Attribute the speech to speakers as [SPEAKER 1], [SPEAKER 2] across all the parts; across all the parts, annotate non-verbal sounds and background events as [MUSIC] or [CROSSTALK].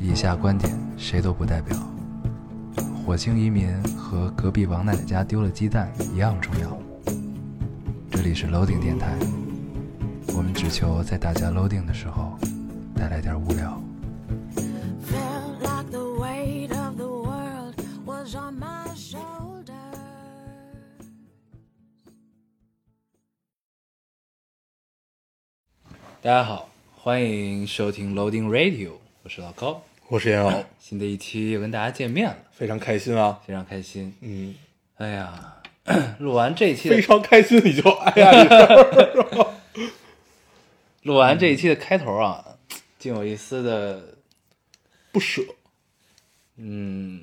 [SPEAKER 1] 以下观点谁都不代表。火星移民和隔壁王奶奶家丢了鸡蛋一样重要。这里是 Loading 电台，我们只求在大家 Loading 的时候带来点无聊。
[SPEAKER 2] Felt like the weight of the world was on my shoulders.
[SPEAKER 1] 大家好，欢迎收听 Loading Radio，我是老高。
[SPEAKER 3] 我是严敖，
[SPEAKER 1] [LAUGHS] 新的一期又跟大家见面了，
[SPEAKER 3] 非常开心啊，
[SPEAKER 1] 非常开心。
[SPEAKER 3] 嗯，
[SPEAKER 1] 哎呀， [COUGHS] 录完这一期的
[SPEAKER 3] 非常开心，你就哎
[SPEAKER 1] [LAUGHS]
[SPEAKER 3] 呀，你这
[SPEAKER 1] 录完这一期的开头啊，竟有一丝的，
[SPEAKER 3] 不舍，
[SPEAKER 1] 嗯，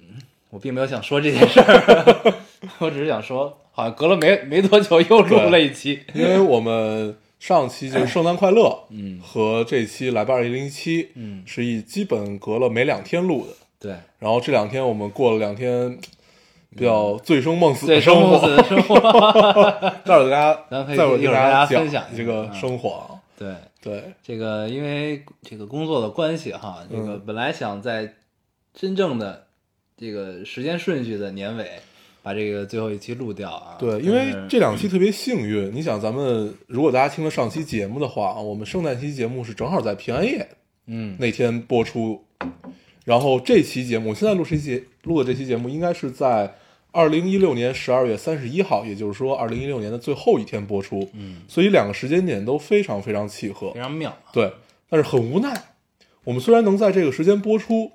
[SPEAKER 1] 我并没有想说这件事儿， [LAUGHS] 我只是想说，好像隔了没没多久又录了一期，
[SPEAKER 3] 因为我们上
[SPEAKER 1] [LAUGHS]
[SPEAKER 3] 期就是圣诞快乐，嗯，和这期来吧二零一七，
[SPEAKER 1] 嗯
[SPEAKER 3] 是一基本隔了没两天录的，
[SPEAKER 1] 对，
[SPEAKER 3] 然后这两天我们过了两天比较醉生梦死
[SPEAKER 1] 对，
[SPEAKER 3] 的
[SPEAKER 1] 嗯生
[SPEAKER 3] 生
[SPEAKER 1] 不
[SPEAKER 3] 活，
[SPEAKER 1] 死的生活， [LAUGHS]
[SPEAKER 3] 待会儿给大家，
[SPEAKER 1] 咱可以
[SPEAKER 3] 待会儿给
[SPEAKER 1] 一会儿跟大家
[SPEAKER 3] 讲
[SPEAKER 1] 分享一下
[SPEAKER 3] 这个生活啊，
[SPEAKER 1] 对。
[SPEAKER 3] 对，
[SPEAKER 1] 这个因为这个工作的关系哈，这
[SPEAKER 3] 嗯
[SPEAKER 1] 个本来想在真正的这个时间顺序的年尾把这个最后一期录掉啊。
[SPEAKER 3] 对，因为
[SPEAKER 1] 但是
[SPEAKER 3] 这两期特别幸运，你想咱们如果大家听了上期节目的话，我们圣诞期节目是正好在平安夜
[SPEAKER 1] 嗯
[SPEAKER 3] 那天播出。然后这期节目，我现在录这期节录的这期节目，应该是在二零一六年十二月三十一号，也就是说二零一六年的最后一天播出。嗯，所以两个时间点都非常非常契合
[SPEAKER 1] 非。常妙啊，
[SPEAKER 3] 对，但是很无奈，我们虽然能在这个时间播出，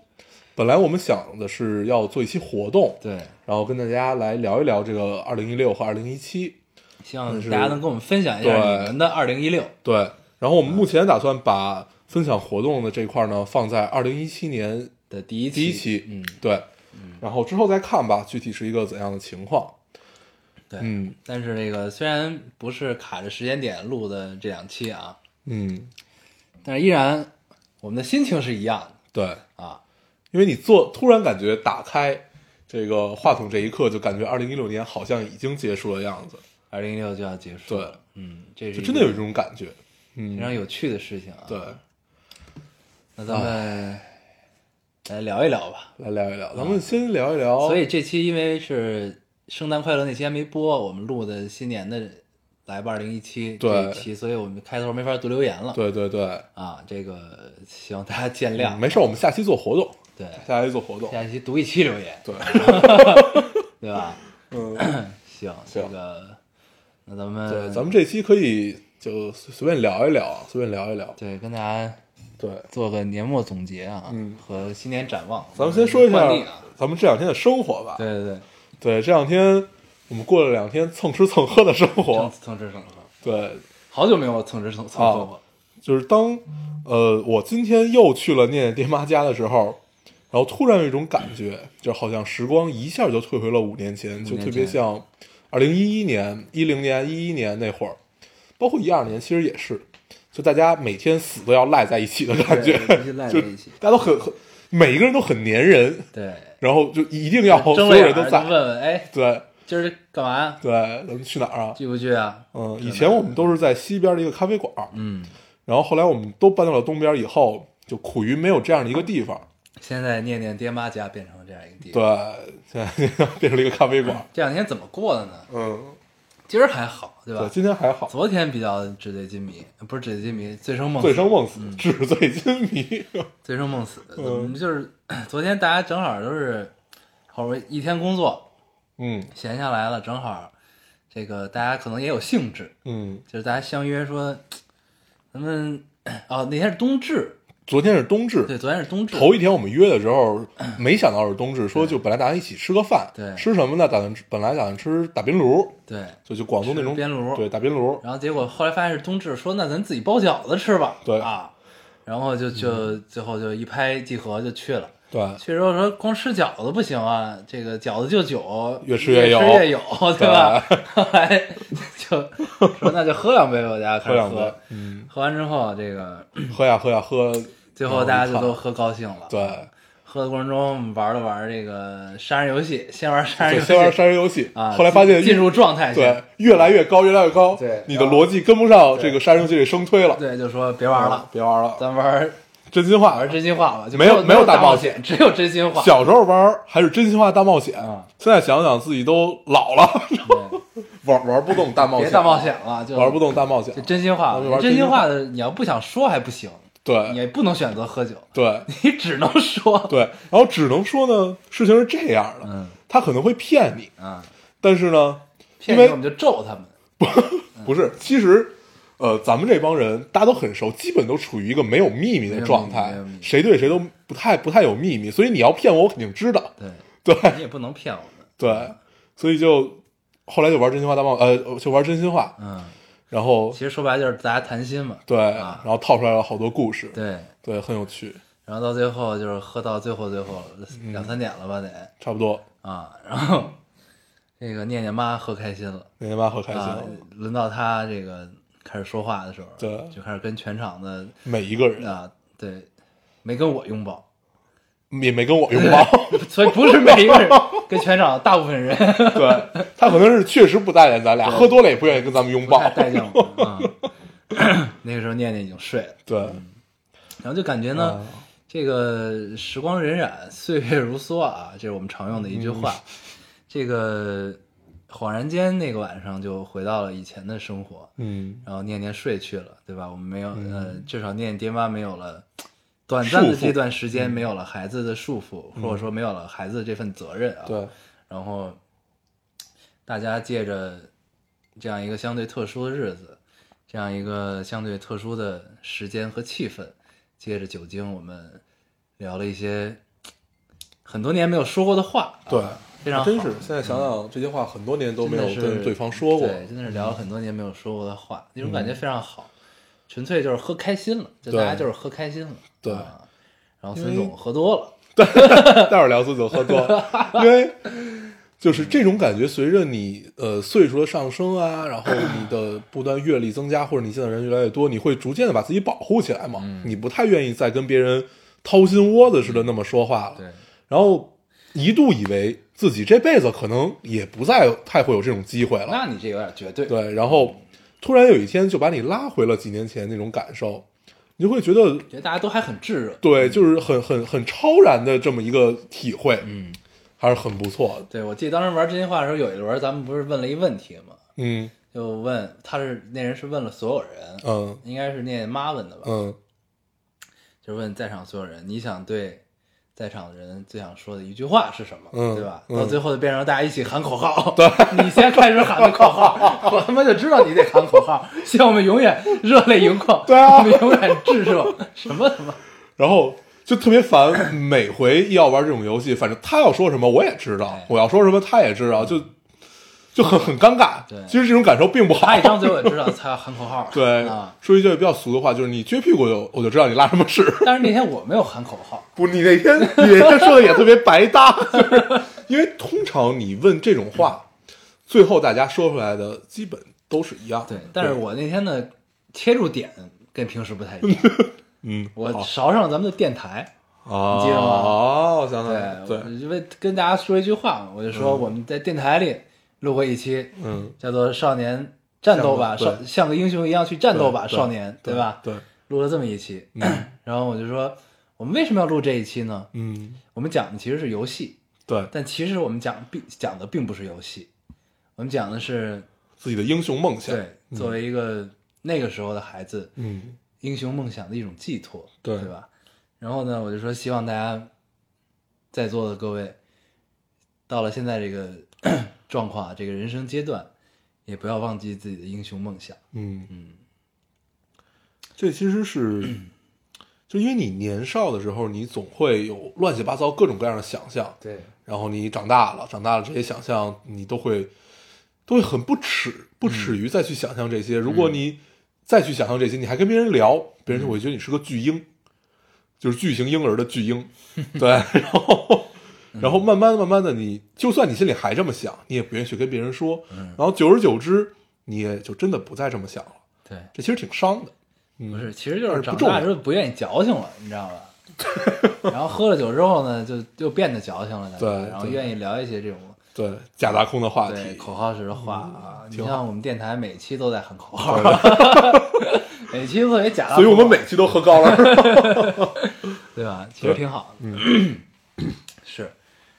[SPEAKER 3] 本来我们想的是要做一期活动，
[SPEAKER 1] 对，
[SPEAKER 3] 然后跟大家来聊一聊这个二零一六和二零一七。
[SPEAKER 1] 希望
[SPEAKER 3] 但是
[SPEAKER 1] 大家能跟我们分享一下
[SPEAKER 3] 对
[SPEAKER 1] 你们的二零一六。
[SPEAKER 3] 对，然后我们目前打算把分享活动的这块呢放在二零一七年
[SPEAKER 1] 的第一期，
[SPEAKER 3] 第一期，
[SPEAKER 1] 嗯，
[SPEAKER 3] 对，然后之后再看吧，具体是一个怎样的情况。
[SPEAKER 1] 对，
[SPEAKER 3] 嗯
[SPEAKER 1] 但是这个虽然不是卡着时间点录的这两期啊，
[SPEAKER 3] 嗯，
[SPEAKER 1] 但是依然我们的心情是一样的
[SPEAKER 3] 对，
[SPEAKER 1] 啊，
[SPEAKER 3] 因为你做突然感觉打开这个话筒这一刻，就感觉二零一六年好像已经结束了样子，
[SPEAKER 1] 二零一六就要结束了
[SPEAKER 3] 对，
[SPEAKER 1] 嗯，这是
[SPEAKER 3] 就
[SPEAKER 1] 一
[SPEAKER 3] 真的
[SPEAKER 1] 个
[SPEAKER 3] 有这种感觉。
[SPEAKER 1] 非常有趣的事情啊，
[SPEAKER 3] 对，
[SPEAKER 1] 那咱们来聊一聊吧。
[SPEAKER 3] 来聊一聊，咱们先聊一聊，
[SPEAKER 1] 所以这期因为是圣诞快乐那期还没播，我们录的新年的来吧二零一七这
[SPEAKER 3] 对
[SPEAKER 1] 一期，所以我们开头没法读留言了。
[SPEAKER 3] 对对对，
[SPEAKER 1] 啊，这个希望大家见
[SPEAKER 3] 嗯
[SPEAKER 1] 谅。
[SPEAKER 3] 没事，我们下期做活动，
[SPEAKER 1] 对，
[SPEAKER 3] 下期做活动，
[SPEAKER 1] 下一期读一期留言，
[SPEAKER 3] 对，
[SPEAKER 1] 对吧？
[SPEAKER 3] 嗯，
[SPEAKER 1] 行，这
[SPEAKER 3] 行
[SPEAKER 1] 个那咱们 [COUGHS]
[SPEAKER 3] 对，咱们这期可以就随随便聊一聊啊，随便聊一聊，
[SPEAKER 1] 对跟大家
[SPEAKER 3] 对。
[SPEAKER 1] 做个年末总结啊，
[SPEAKER 3] 嗯
[SPEAKER 1] 和新年展望。
[SPEAKER 3] 咱们先说一下
[SPEAKER 1] 惯例啊，
[SPEAKER 3] 咱们这两天的生活吧。
[SPEAKER 1] 对对对，
[SPEAKER 3] 对，这两天我们过了两天蹭吃蹭喝的生
[SPEAKER 1] 蹭
[SPEAKER 3] 活。
[SPEAKER 1] 蹭吃蹭喝，
[SPEAKER 3] [LAUGHS] 对，
[SPEAKER 1] 好久没有蹭吃蹭
[SPEAKER 3] 啊
[SPEAKER 1] 蹭喝过。
[SPEAKER 3] 就是当呃我今天又去了念念爹妈家的时候，然后突然有一种感觉，就好像时光一下就退回了五年前，就
[SPEAKER 1] 年
[SPEAKER 3] 特别
[SPEAKER 1] 前
[SPEAKER 3] 像二零一一年、一零年、一一年那会儿，包括一二年，其实也是，就大家每天死都要赖在一起的感觉
[SPEAKER 1] 对必须赖，在
[SPEAKER 3] 就
[SPEAKER 1] 一起
[SPEAKER 3] 大家都很很每一个人都很粘人，
[SPEAKER 1] 对，
[SPEAKER 3] 然后就一定要哦所
[SPEAKER 1] 睁
[SPEAKER 3] 有
[SPEAKER 1] 了眼
[SPEAKER 3] 人
[SPEAKER 1] 儿
[SPEAKER 3] 都
[SPEAKER 1] 就问
[SPEAKER 3] 在。
[SPEAKER 1] 问，哎，
[SPEAKER 3] 对
[SPEAKER 1] 今儿干嘛呀？
[SPEAKER 3] 对，咱们去哪儿啊？
[SPEAKER 1] 去不去啊？
[SPEAKER 3] 嗯，以前我们都是在西边的一个咖啡馆，
[SPEAKER 1] 嗯，
[SPEAKER 3] 然后后来我们都搬到了东边以后，就苦于没有这样的一个地方。
[SPEAKER 1] 现在念念爹妈家变成了这样一个地
[SPEAKER 3] 对
[SPEAKER 1] 方。，
[SPEAKER 3] 现在 [LAUGHS] 变成了一个咖啡馆。
[SPEAKER 1] 这两天怎么过的呢？
[SPEAKER 3] 嗯，
[SPEAKER 1] 今儿还好，对
[SPEAKER 3] 对，
[SPEAKER 1] 吧？
[SPEAKER 3] 今天还好，
[SPEAKER 1] 昨天比较纸醉金迷，不是纸醉金迷，醉生梦
[SPEAKER 3] 醉
[SPEAKER 1] 死。
[SPEAKER 3] 生梦死，
[SPEAKER 1] 嗯
[SPEAKER 3] 纸醉金迷。
[SPEAKER 1] 醉生梦死，
[SPEAKER 3] 嗯
[SPEAKER 1] 怎么就是 [CLEARS THROAT] 昨天大家正好都是，好不容易一天工作
[SPEAKER 3] 嗯
[SPEAKER 1] 闲下来了，正好这个大家可能也有兴致，
[SPEAKER 3] 嗯，
[SPEAKER 1] 就是大家相约说，咱们哦那天是冬至，
[SPEAKER 3] 昨天是冬至，
[SPEAKER 1] 对，昨天是冬至，
[SPEAKER 3] 头一天我们约的时候，没想到是冬至，说就本来打算一起吃个饭，
[SPEAKER 1] 对
[SPEAKER 3] 吃什么呢？打算本来打算吃打边炉，
[SPEAKER 1] 对，
[SPEAKER 3] 就就广东那种
[SPEAKER 1] 吃边炉
[SPEAKER 3] 对，打边炉。
[SPEAKER 1] 然后结果后来发现是冬至，说那咱自己包饺子吃吧。
[SPEAKER 3] 对嗯
[SPEAKER 1] 啊，然后就就最后就一拍即合就去了。
[SPEAKER 3] 对，
[SPEAKER 1] 去之后说光吃饺子不行啊，这个饺子就酒，
[SPEAKER 3] 越吃
[SPEAKER 1] 越
[SPEAKER 3] 越有
[SPEAKER 1] 吃
[SPEAKER 3] [LAUGHS]
[SPEAKER 1] 有，对吧？后来就说那就喝两杯吧，大家开
[SPEAKER 3] [LAUGHS] 喝
[SPEAKER 1] 始
[SPEAKER 3] 两杯嗯
[SPEAKER 1] 喝。，喝完之后，这个
[SPEAKER 3] 喝呀喝呀喝，
[SPEAKER 1] 最
[SPEAKER 3] 然
[SPEAKER 1] 后
[SPEAKER 3] 哦一
[SPEAKER 1] 大家就
[SPEAKER 3] 看
[SPEAKER 1] 都喝高兴了。 [LAUGHS]
[SPEAKER 3] 对。
[SPEAKER 1] 喝的过程中，我们玩了玩这个杀人游戏，先玩杀人
[SPEAKER 3] 对，
[SPEAKER 1] 游戏，
[SPEAKER 3] 先玩杀人游戏
[SPEAKER 1] 哎啊，
[SPEAKER 3] 后来发现
[SPEAKER 1] 进入状态先，
[SPEAKER 3] 对越来越高，越来越高，
[SPEAKER 1] 对
[SPEAKER 3] 你的逻辑跟不上这个杀人游戏的生推了，
[SPEAKER 1] 对，就说别玩了，
[SPEAKER 3] 别玩了，
[SPEAKER 1] 咱玩
[SPEAKER 3] 真心话
[SPEAKER 1] 玩真心话吧，就
[SPEAKER 3] 嗯没有
[SPEAKER 1] 有
[SPEAKER 3] 没
[SPEAKER 1] 没
[SPEAKER 3] 有大
[SPEAKER 1] 大
[SPEAKER 3] 冒
[SPEAKER 1] 险，只有真心话。
[SPEAKER 3] 小时候玩儿还是真心话大冒险，现在想想自己都老了， [LAUGHS] 玩玩不动大冒
[SPEAKER 1] 别
[SPEAKER 3] 险，
[SPEAKER 1] 大冒险了，就
[SPEAKER 3] 玩不动大冒险
[SPEAKER 1] 就，真心话
[SPEAKER 3] 咱们玩，
[SPEAKER 1] 真
[SPEAKER 3] 真心
[SPEAKER 1] 心
[SPEAKER 3] 话
[SPEAKER 1] 话的你要不想说还不行，你
[SPEAKER 3] 对
[SPEAKER 1] 也不能选择喝酒，
[SPEAKER 3] 对
[SPEAKER 1] 你只能说。
[SPEAKER 3] 对，然后只能说呢，事情是这样的，
[SPEAKER 1] 嗯
[SPEAKER 3] 他可能会骗你，
[SPEAKER 1] 啊，
[SPEAKER 3] 但是呢，
[SPEAKER 1] 骗
[SPEAKER 3] 因
[SPEAKER 1] 你
[SPEAKER 3] 为
[SPEAKER 1] 我们就咒他们。
[SPEAKER 3] 嗯不是，其实，呃，咱们这帮人大家都很熟，基本都处于一个没有秘密
[SPEAKER 1] 没
[SPEAKER 3] 的
[SPEAKER 1] 有
[SPEAKER 3] 状
[SPEAKER 1] 秘密
[SPEAKER 3] 态
[SPEAKER 1] 没有秘密，
[SPEAKER 3] 谁对谁都不太不太有秘密，所以你要骗我，我肯定知道， [LAUGHS]
[SPEAKER 1] 对，
[SPEAKER 3] 对
[SPEAKER 1] 你也不能骗我们。
[SPEAKER 3] 对，所以就后来就玩真心话大冒，呃，就玩真心话，
[SPEAKER 1] 嗯，
[SPEAKER 3] 然后
[SPEAKER 1] 其实说白了就是大家谈心嘛。
[SPEAKER 3] 对，
[SPEAKER 1] 啊
[SPEAKER 3] 然后套出来了好多故事，
[SPEAKER 1] 对，
[SPEAKER 3] 对，很有趣，
[SPEAKER 1] 然后到最后就是喝到最后最后
[SPEAKER 3] 嗯
[SPEAKER 1] 两三点了吧得
[SPEAKER 3] 差不多。
[SPEAKER 1] 啊，然后这个念念妈喝开心了
[SPEAKER 3] 那天妈可开心
[SPEAKER 1] 啊
[SPEAKER 3] 了，，
[SPEAKER 1] 轮到她这个开始说话的时候，
[SPEAKER 3] 对
[SPEAKER 1] 就开始跟全场的
[SPEAKER 3] 每一个人
[SPEAKER 1] 啊对，没跟我拥抱，
[SPEAKER 3] 也没跟我拥
[SPEAKER 1] [LAUGHS]
[SPEAKER 3] 抱，
[SPEAKER 1] 所以不是每一个人，跟全场大部分人 [LAUGHS]
[SPEAKER 3] 对他可能是确实不待见咱俩，喝多了也不愿意跟咱们拥
[SPEAKER 1] 不太
[SPEAKER 3] 抱，
[SPEAKER 1] 待见我们啊。 [COUGHS] 那个时候念念已经睡了，
[SPEAKER 3] 对，
[SPEAKER 1] 然后就感觉
[SPEAKER 3] 啊
[SPEAKER 1] 呢，这个时光荏苒，岁月如梭啊，这是我们常用的一句话。
[SPEAKER 3] 嗯
[SPEAKER 1] 这个恍然间，那个晚上就回到了以前的生活，
[SPEAKER 3] 嗯，
[SPEAKER 1] 然后念念睡去了，对吧？我们没有，呃，至少念念爹妈没有了。短暂的
[SPEAKER 3] 束缚嗯
[SPEAKER 1] 这段时间没有了孩子的束缚，或者说没有了孩子这份责任啊，
[SPEAKER 3] 对，
[SPEAKER 1] 然后大家借着这样一个相对特殊的日子，这样一个相对特殊的时间和气氛，借着酒精，我们聊了一些很多年没有说过的话，
[SPEAKER 3] 对
[SPEAKER 1] 啊，非常好
[SPEAKER 3] 真是现在想想这些话，很多年都没有
[SPEAKER 1] 真的是
[SPEAKER 3] 跟对方说过，嗯
[SPEAKER 1] 对，真的是聊了很多年没有说过的话，那种感觉非常好，纯粹就是喝开心了，就
[SPEAKER 3] 对
[SPEAKER 1] 大家就是喝开心了，
[SPEAKER 3] 对
[SPEAKER 1] 啊然后
[SPEAKER 3] 因
[SPEAKER 1] 孙
[SPEAKER 3] 为
[SPEAKER 1] 总喝多了，
[SPEAKER 3] [LAUGHS] 待会儿聊自己喝多，
[SPEAKER 1] [LAUGHS]
[SPEAKER 3] 因为就是这种感觉，随着你呃岁数的上升啊，然后你的不断阅历增加，或者你见的人越来越多，你会逐渐的把自己保护起来嘛，
[SPEAKER 1] 嗯
[SPEAKER 3] 你不太愿意再跟别人掏心窝子似的那么说话了。
[SPEAKER 1] 对，
[SPEAKER 3] 然后一度以为自己这辈子可能也不再太会有这种机会了，
[SPEAKER 1] 那你这有点绝对，
[SPEAKER 3] 对，然后突然有一天就把你拉回了几年前那种感受，你就会觉得
[SPEAKER 1] 觉得大家都还很炙热，
[SPEAKER 3] 对，就是很很很超然的这么一个体会，嗯，还是很不错的，
[SPEAKER 1] 对，我记得当时玩真心话的时候，有一轮咱们不是问了一问题吗？
[SPEAKER 3] 嗯
[SPEAKER 1] 就问他是那人是问了所有人，
[SPEAKER 3] 嗯
[SPEAKER 1] 应该是念妈问的吧？
[SPEAKER 3] 嗯
[SPEAKER 1] 就是问在场所有人，你想对在场的人最想说的一句话是什么，
[SPEAKER 3] 嗯
[SPEAKER 1] 对吧？
[SPEAKER 3] 嗯
[SPEAKER 1] 到最后就变成大家一起喊口号，对你先开始喊的口号，我他妈就知道你得喊口号，希望我们永远热泪盈眶，
[SPEAKER 3] 对啊
[SPEAKER 1] 我们永远炙热，什么他妈，
[SPEAKER 3] 然后就特别烦，每回一要玩这种游戏，反正他要说什么我也知道
[SPEAKER 1] 哎，
[SPEAKER 3] 我要说什么他也知道，就就很很尴尬。
[SPEAKER 1] 对
[SPEAKER 3] 其实这种感受并不好
[SPEAKER 1] 他一。张嘴我就知道他要喊口号，
[SPEAKER 3] 对
[SPEAKER 1] 啊，，
[SPEAKER 3] 说一句比较俗的话，就是你撅屁股就我就知道你拉什么屎。
[SPEAKER 1] 但是那天我没有喊口号，
[SPEAKER 3] 不，你那天你那天说的也特别白搭， [LAUGHS] 就是因为通常你问这种话，最后大家说出来的基本都是一样的。
[SPEAKER 1] 对，但是我那天的切入点跟平时不太一样，
[SPEAKER 3] 嗯，
[SPEAKER 1] 我
[SPEAKER 3] 好
[SPEAKER 1] 勺上咱们的电台，
[SPEAKER 3] 哦，
[SPEAKER 1] 记得吗
[SPEAKER 3] 哦，我想起来了，
[SPEAKER 1] 对，
[SPEAKER 3] 对，
[SPEAKER 1] 我就为跟大家说一句话，啊我就说我们在电台里录过一期，
[SPEAKER 3] 嗯，
[SPEAKER 1] 叫做《少年战斗吧，
[SPEAKER 3] 战斗
[SPEAKER 1] 少
[SPEAKER 3] 对
[SPEAKER 1] 像个英雄一样去战斗吧，
[SPEAKER 3] 对对
[SPEAKER 1] 少年》，
[SPEAKER 3] 对
[SPEAKER 1] 吧？
[SPEAKER 3] 对，
[SPEAKER 1] 录了这么一期， [CLEARS THROAT] 然后我就说，我们为什么要录这一期呢？
[SPEAKER 3] 嗯，
[SPEAKER 1] 我们讲的其实是游戏，
[SPEAKER 3] 对
[SPEAKER 1] 但其实我们讲并讲的并不是游戏，我们讲的是
[SPEAKER 3] 自己的英雄梦想，
[SPEAKER 1] 对作为一个那个时候的孩子，
[SPEAKER 3] 嗯，
[SPEAKER 1] 英雄梦想的一种寄托，
[SPEAKER 3] 对
[SPEAKER 1] 对吧？然后呢，我就说希望大家在座的各位，到了现在这个 [CLEARS THROAT] 状况啊，这个人生阶段，也不要忘记自己的英雄梦想。
[SPEAKER 3] 嗯嗯，这其
[SPEAKER 1] [CLEARS THROAT]
[SPEAKER 3] 实是，就因为你年少的时候，你总会有乱七八糟各种各样的想象，
[SPEAKER 1] 对
[SPEAKER 3] 然后你长大了，长大了这些想象你都会都会很不耻不耻于再去想象这
[SPEAKER 1] 嗯
[SPEAKER 3] 些。如果你再去想象这些，你还跟别人聊，
[SPEAKER 1] 嗯
[SPEAKER 3] 别人就会觉得你是个巨婴，就是巨型婴儿的巨婴。 [LAUGHS] 对，然后
[SPEAKER 1] 嗯
[SPEAKER 3] 然后慢慢慢慢的你，就算你心里还这么想，你也不愿意去跟别人说。
[SPEAKER 1] 嗯
[SPEAKER 3] 然后久而久之，你也就真的不再这么想了。
[SPEAKER 1] 对，
[SPEAKER 3] 这其实挺伤的。
[SPEAKER 1] 不是，其实就是
[SPEAKER 3] 不
[SPEAKER 1] 长
[SPEAKER 3] 重
[SPEAKER 1] 大
[SPEAKER 3] 要
[SPEAKER 1] 之后不愿意矫情了，你知道吧？ [LAUGHS] 然后喝了酒之后呢，就又变得矫情了，大家
[SPEAKER 3] 对
[SPEAKER 1] 然后
[SPEAKER 3] 对
[SPEAKER 1] 愿意聊一些这种
[SPEAKER 3] 对，假大空的话
[SPEAKER 1] 对
[SPEAKER 3] 题，嗯
[SPEAKER 1] 口号式的话啊。你
[SPEAKER 3] 挺好
[SPEAKER 1] 像我们电台每期都在喊口号， [LAUGHS] 每期会有一
[SPEAKER 3] [LAUGHS]
[SPEAKER 1] 假大
[SPEAKER 3] 所以我们
[SPEAKER 1] 富
[SPEAKER 3] 每期都喝高了，是
[SPEAKER 1] [LAUGHS]
[SPEAKER 3] 吧
[SPEAKER 1] 对吧？其实挺好的，
[SPEAKER 3] 嗯
[SPEAKER 1] [CLEARS THROAT] 是。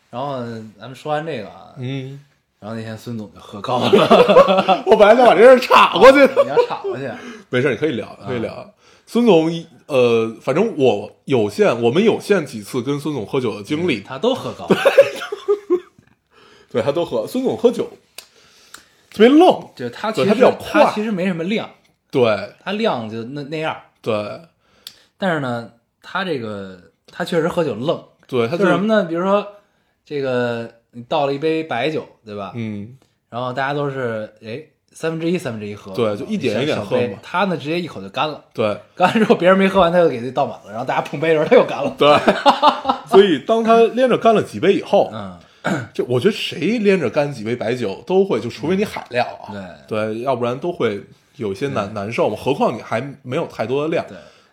[SPEAKER 1] 然后咱们说完这个啊，
[SPEAKER 3] 嗯，
[SPEAKER 1] 然后那天孙总就喝高了，
[SPEAKER 3] 我本来想把这事儿岔过去的，
[SPEAKER 1] 你要岔过去，
[SPEAKER 3] 没事，你可以聊，可以聊。孙总，呃，反正我有限，我们有限几次跟孙总喝酒的经历，
[SPEAKER 1] 他都喝高了，
[SPEAKER 3] 嗯对他都喝。孙总喝酒特别愣，
[SPEAKER 1] 就他其
[SPEAKER 3] 对
[SPEAKER 1] 实
[SPEAKER 3] 他比较快
[SPEAKER 1] 他其实没什么量，
[SPEAKER 3] 对
[SPEAKER 1] 他量就那那样，
[SPEAKER 3] 对
[SPEAKER 1] 但是呢，他这个他确实喝酒愣，
[SPEAKER 3] 对，他
[SPEAKER 1] 就是什么呢？
[SPEAKER 3] 呢？
[SPEAKER 1] 比如说这个你倒了一杯白酒，对吧？
[SPEAKER 3] 嗯，
[SPEAKER 1] 然后大家都是哎三分之一三分之一喝，
[SPEAKER 3] 对就一点一点
[SPEAKER 1] 小小
[SPEAKER 3] 喝嘛
[SPEAKER 1] 杯他呢直接一口就干了，
[SPEAKER 3] 对
[SPEAKER 1] 干了之后别人没喝完他又给自己倒满了，然后大家碰杯的时候他又干了，[LAUGHS]
[SPEAKER 3] [LAUGHS] 对。所以当他连着干了几杯以后， [CLEARS THROAT]
[SPEAKER 1] 嗯，
[SPEAKER 3] 这我觉得谁连着干几杯白酒都会，就除非你海量啊，
[SPEAKER 1] 嗯
[SPEAKER 3] 对要不然都会有一些难难受嘛。何况你还没有太多的量，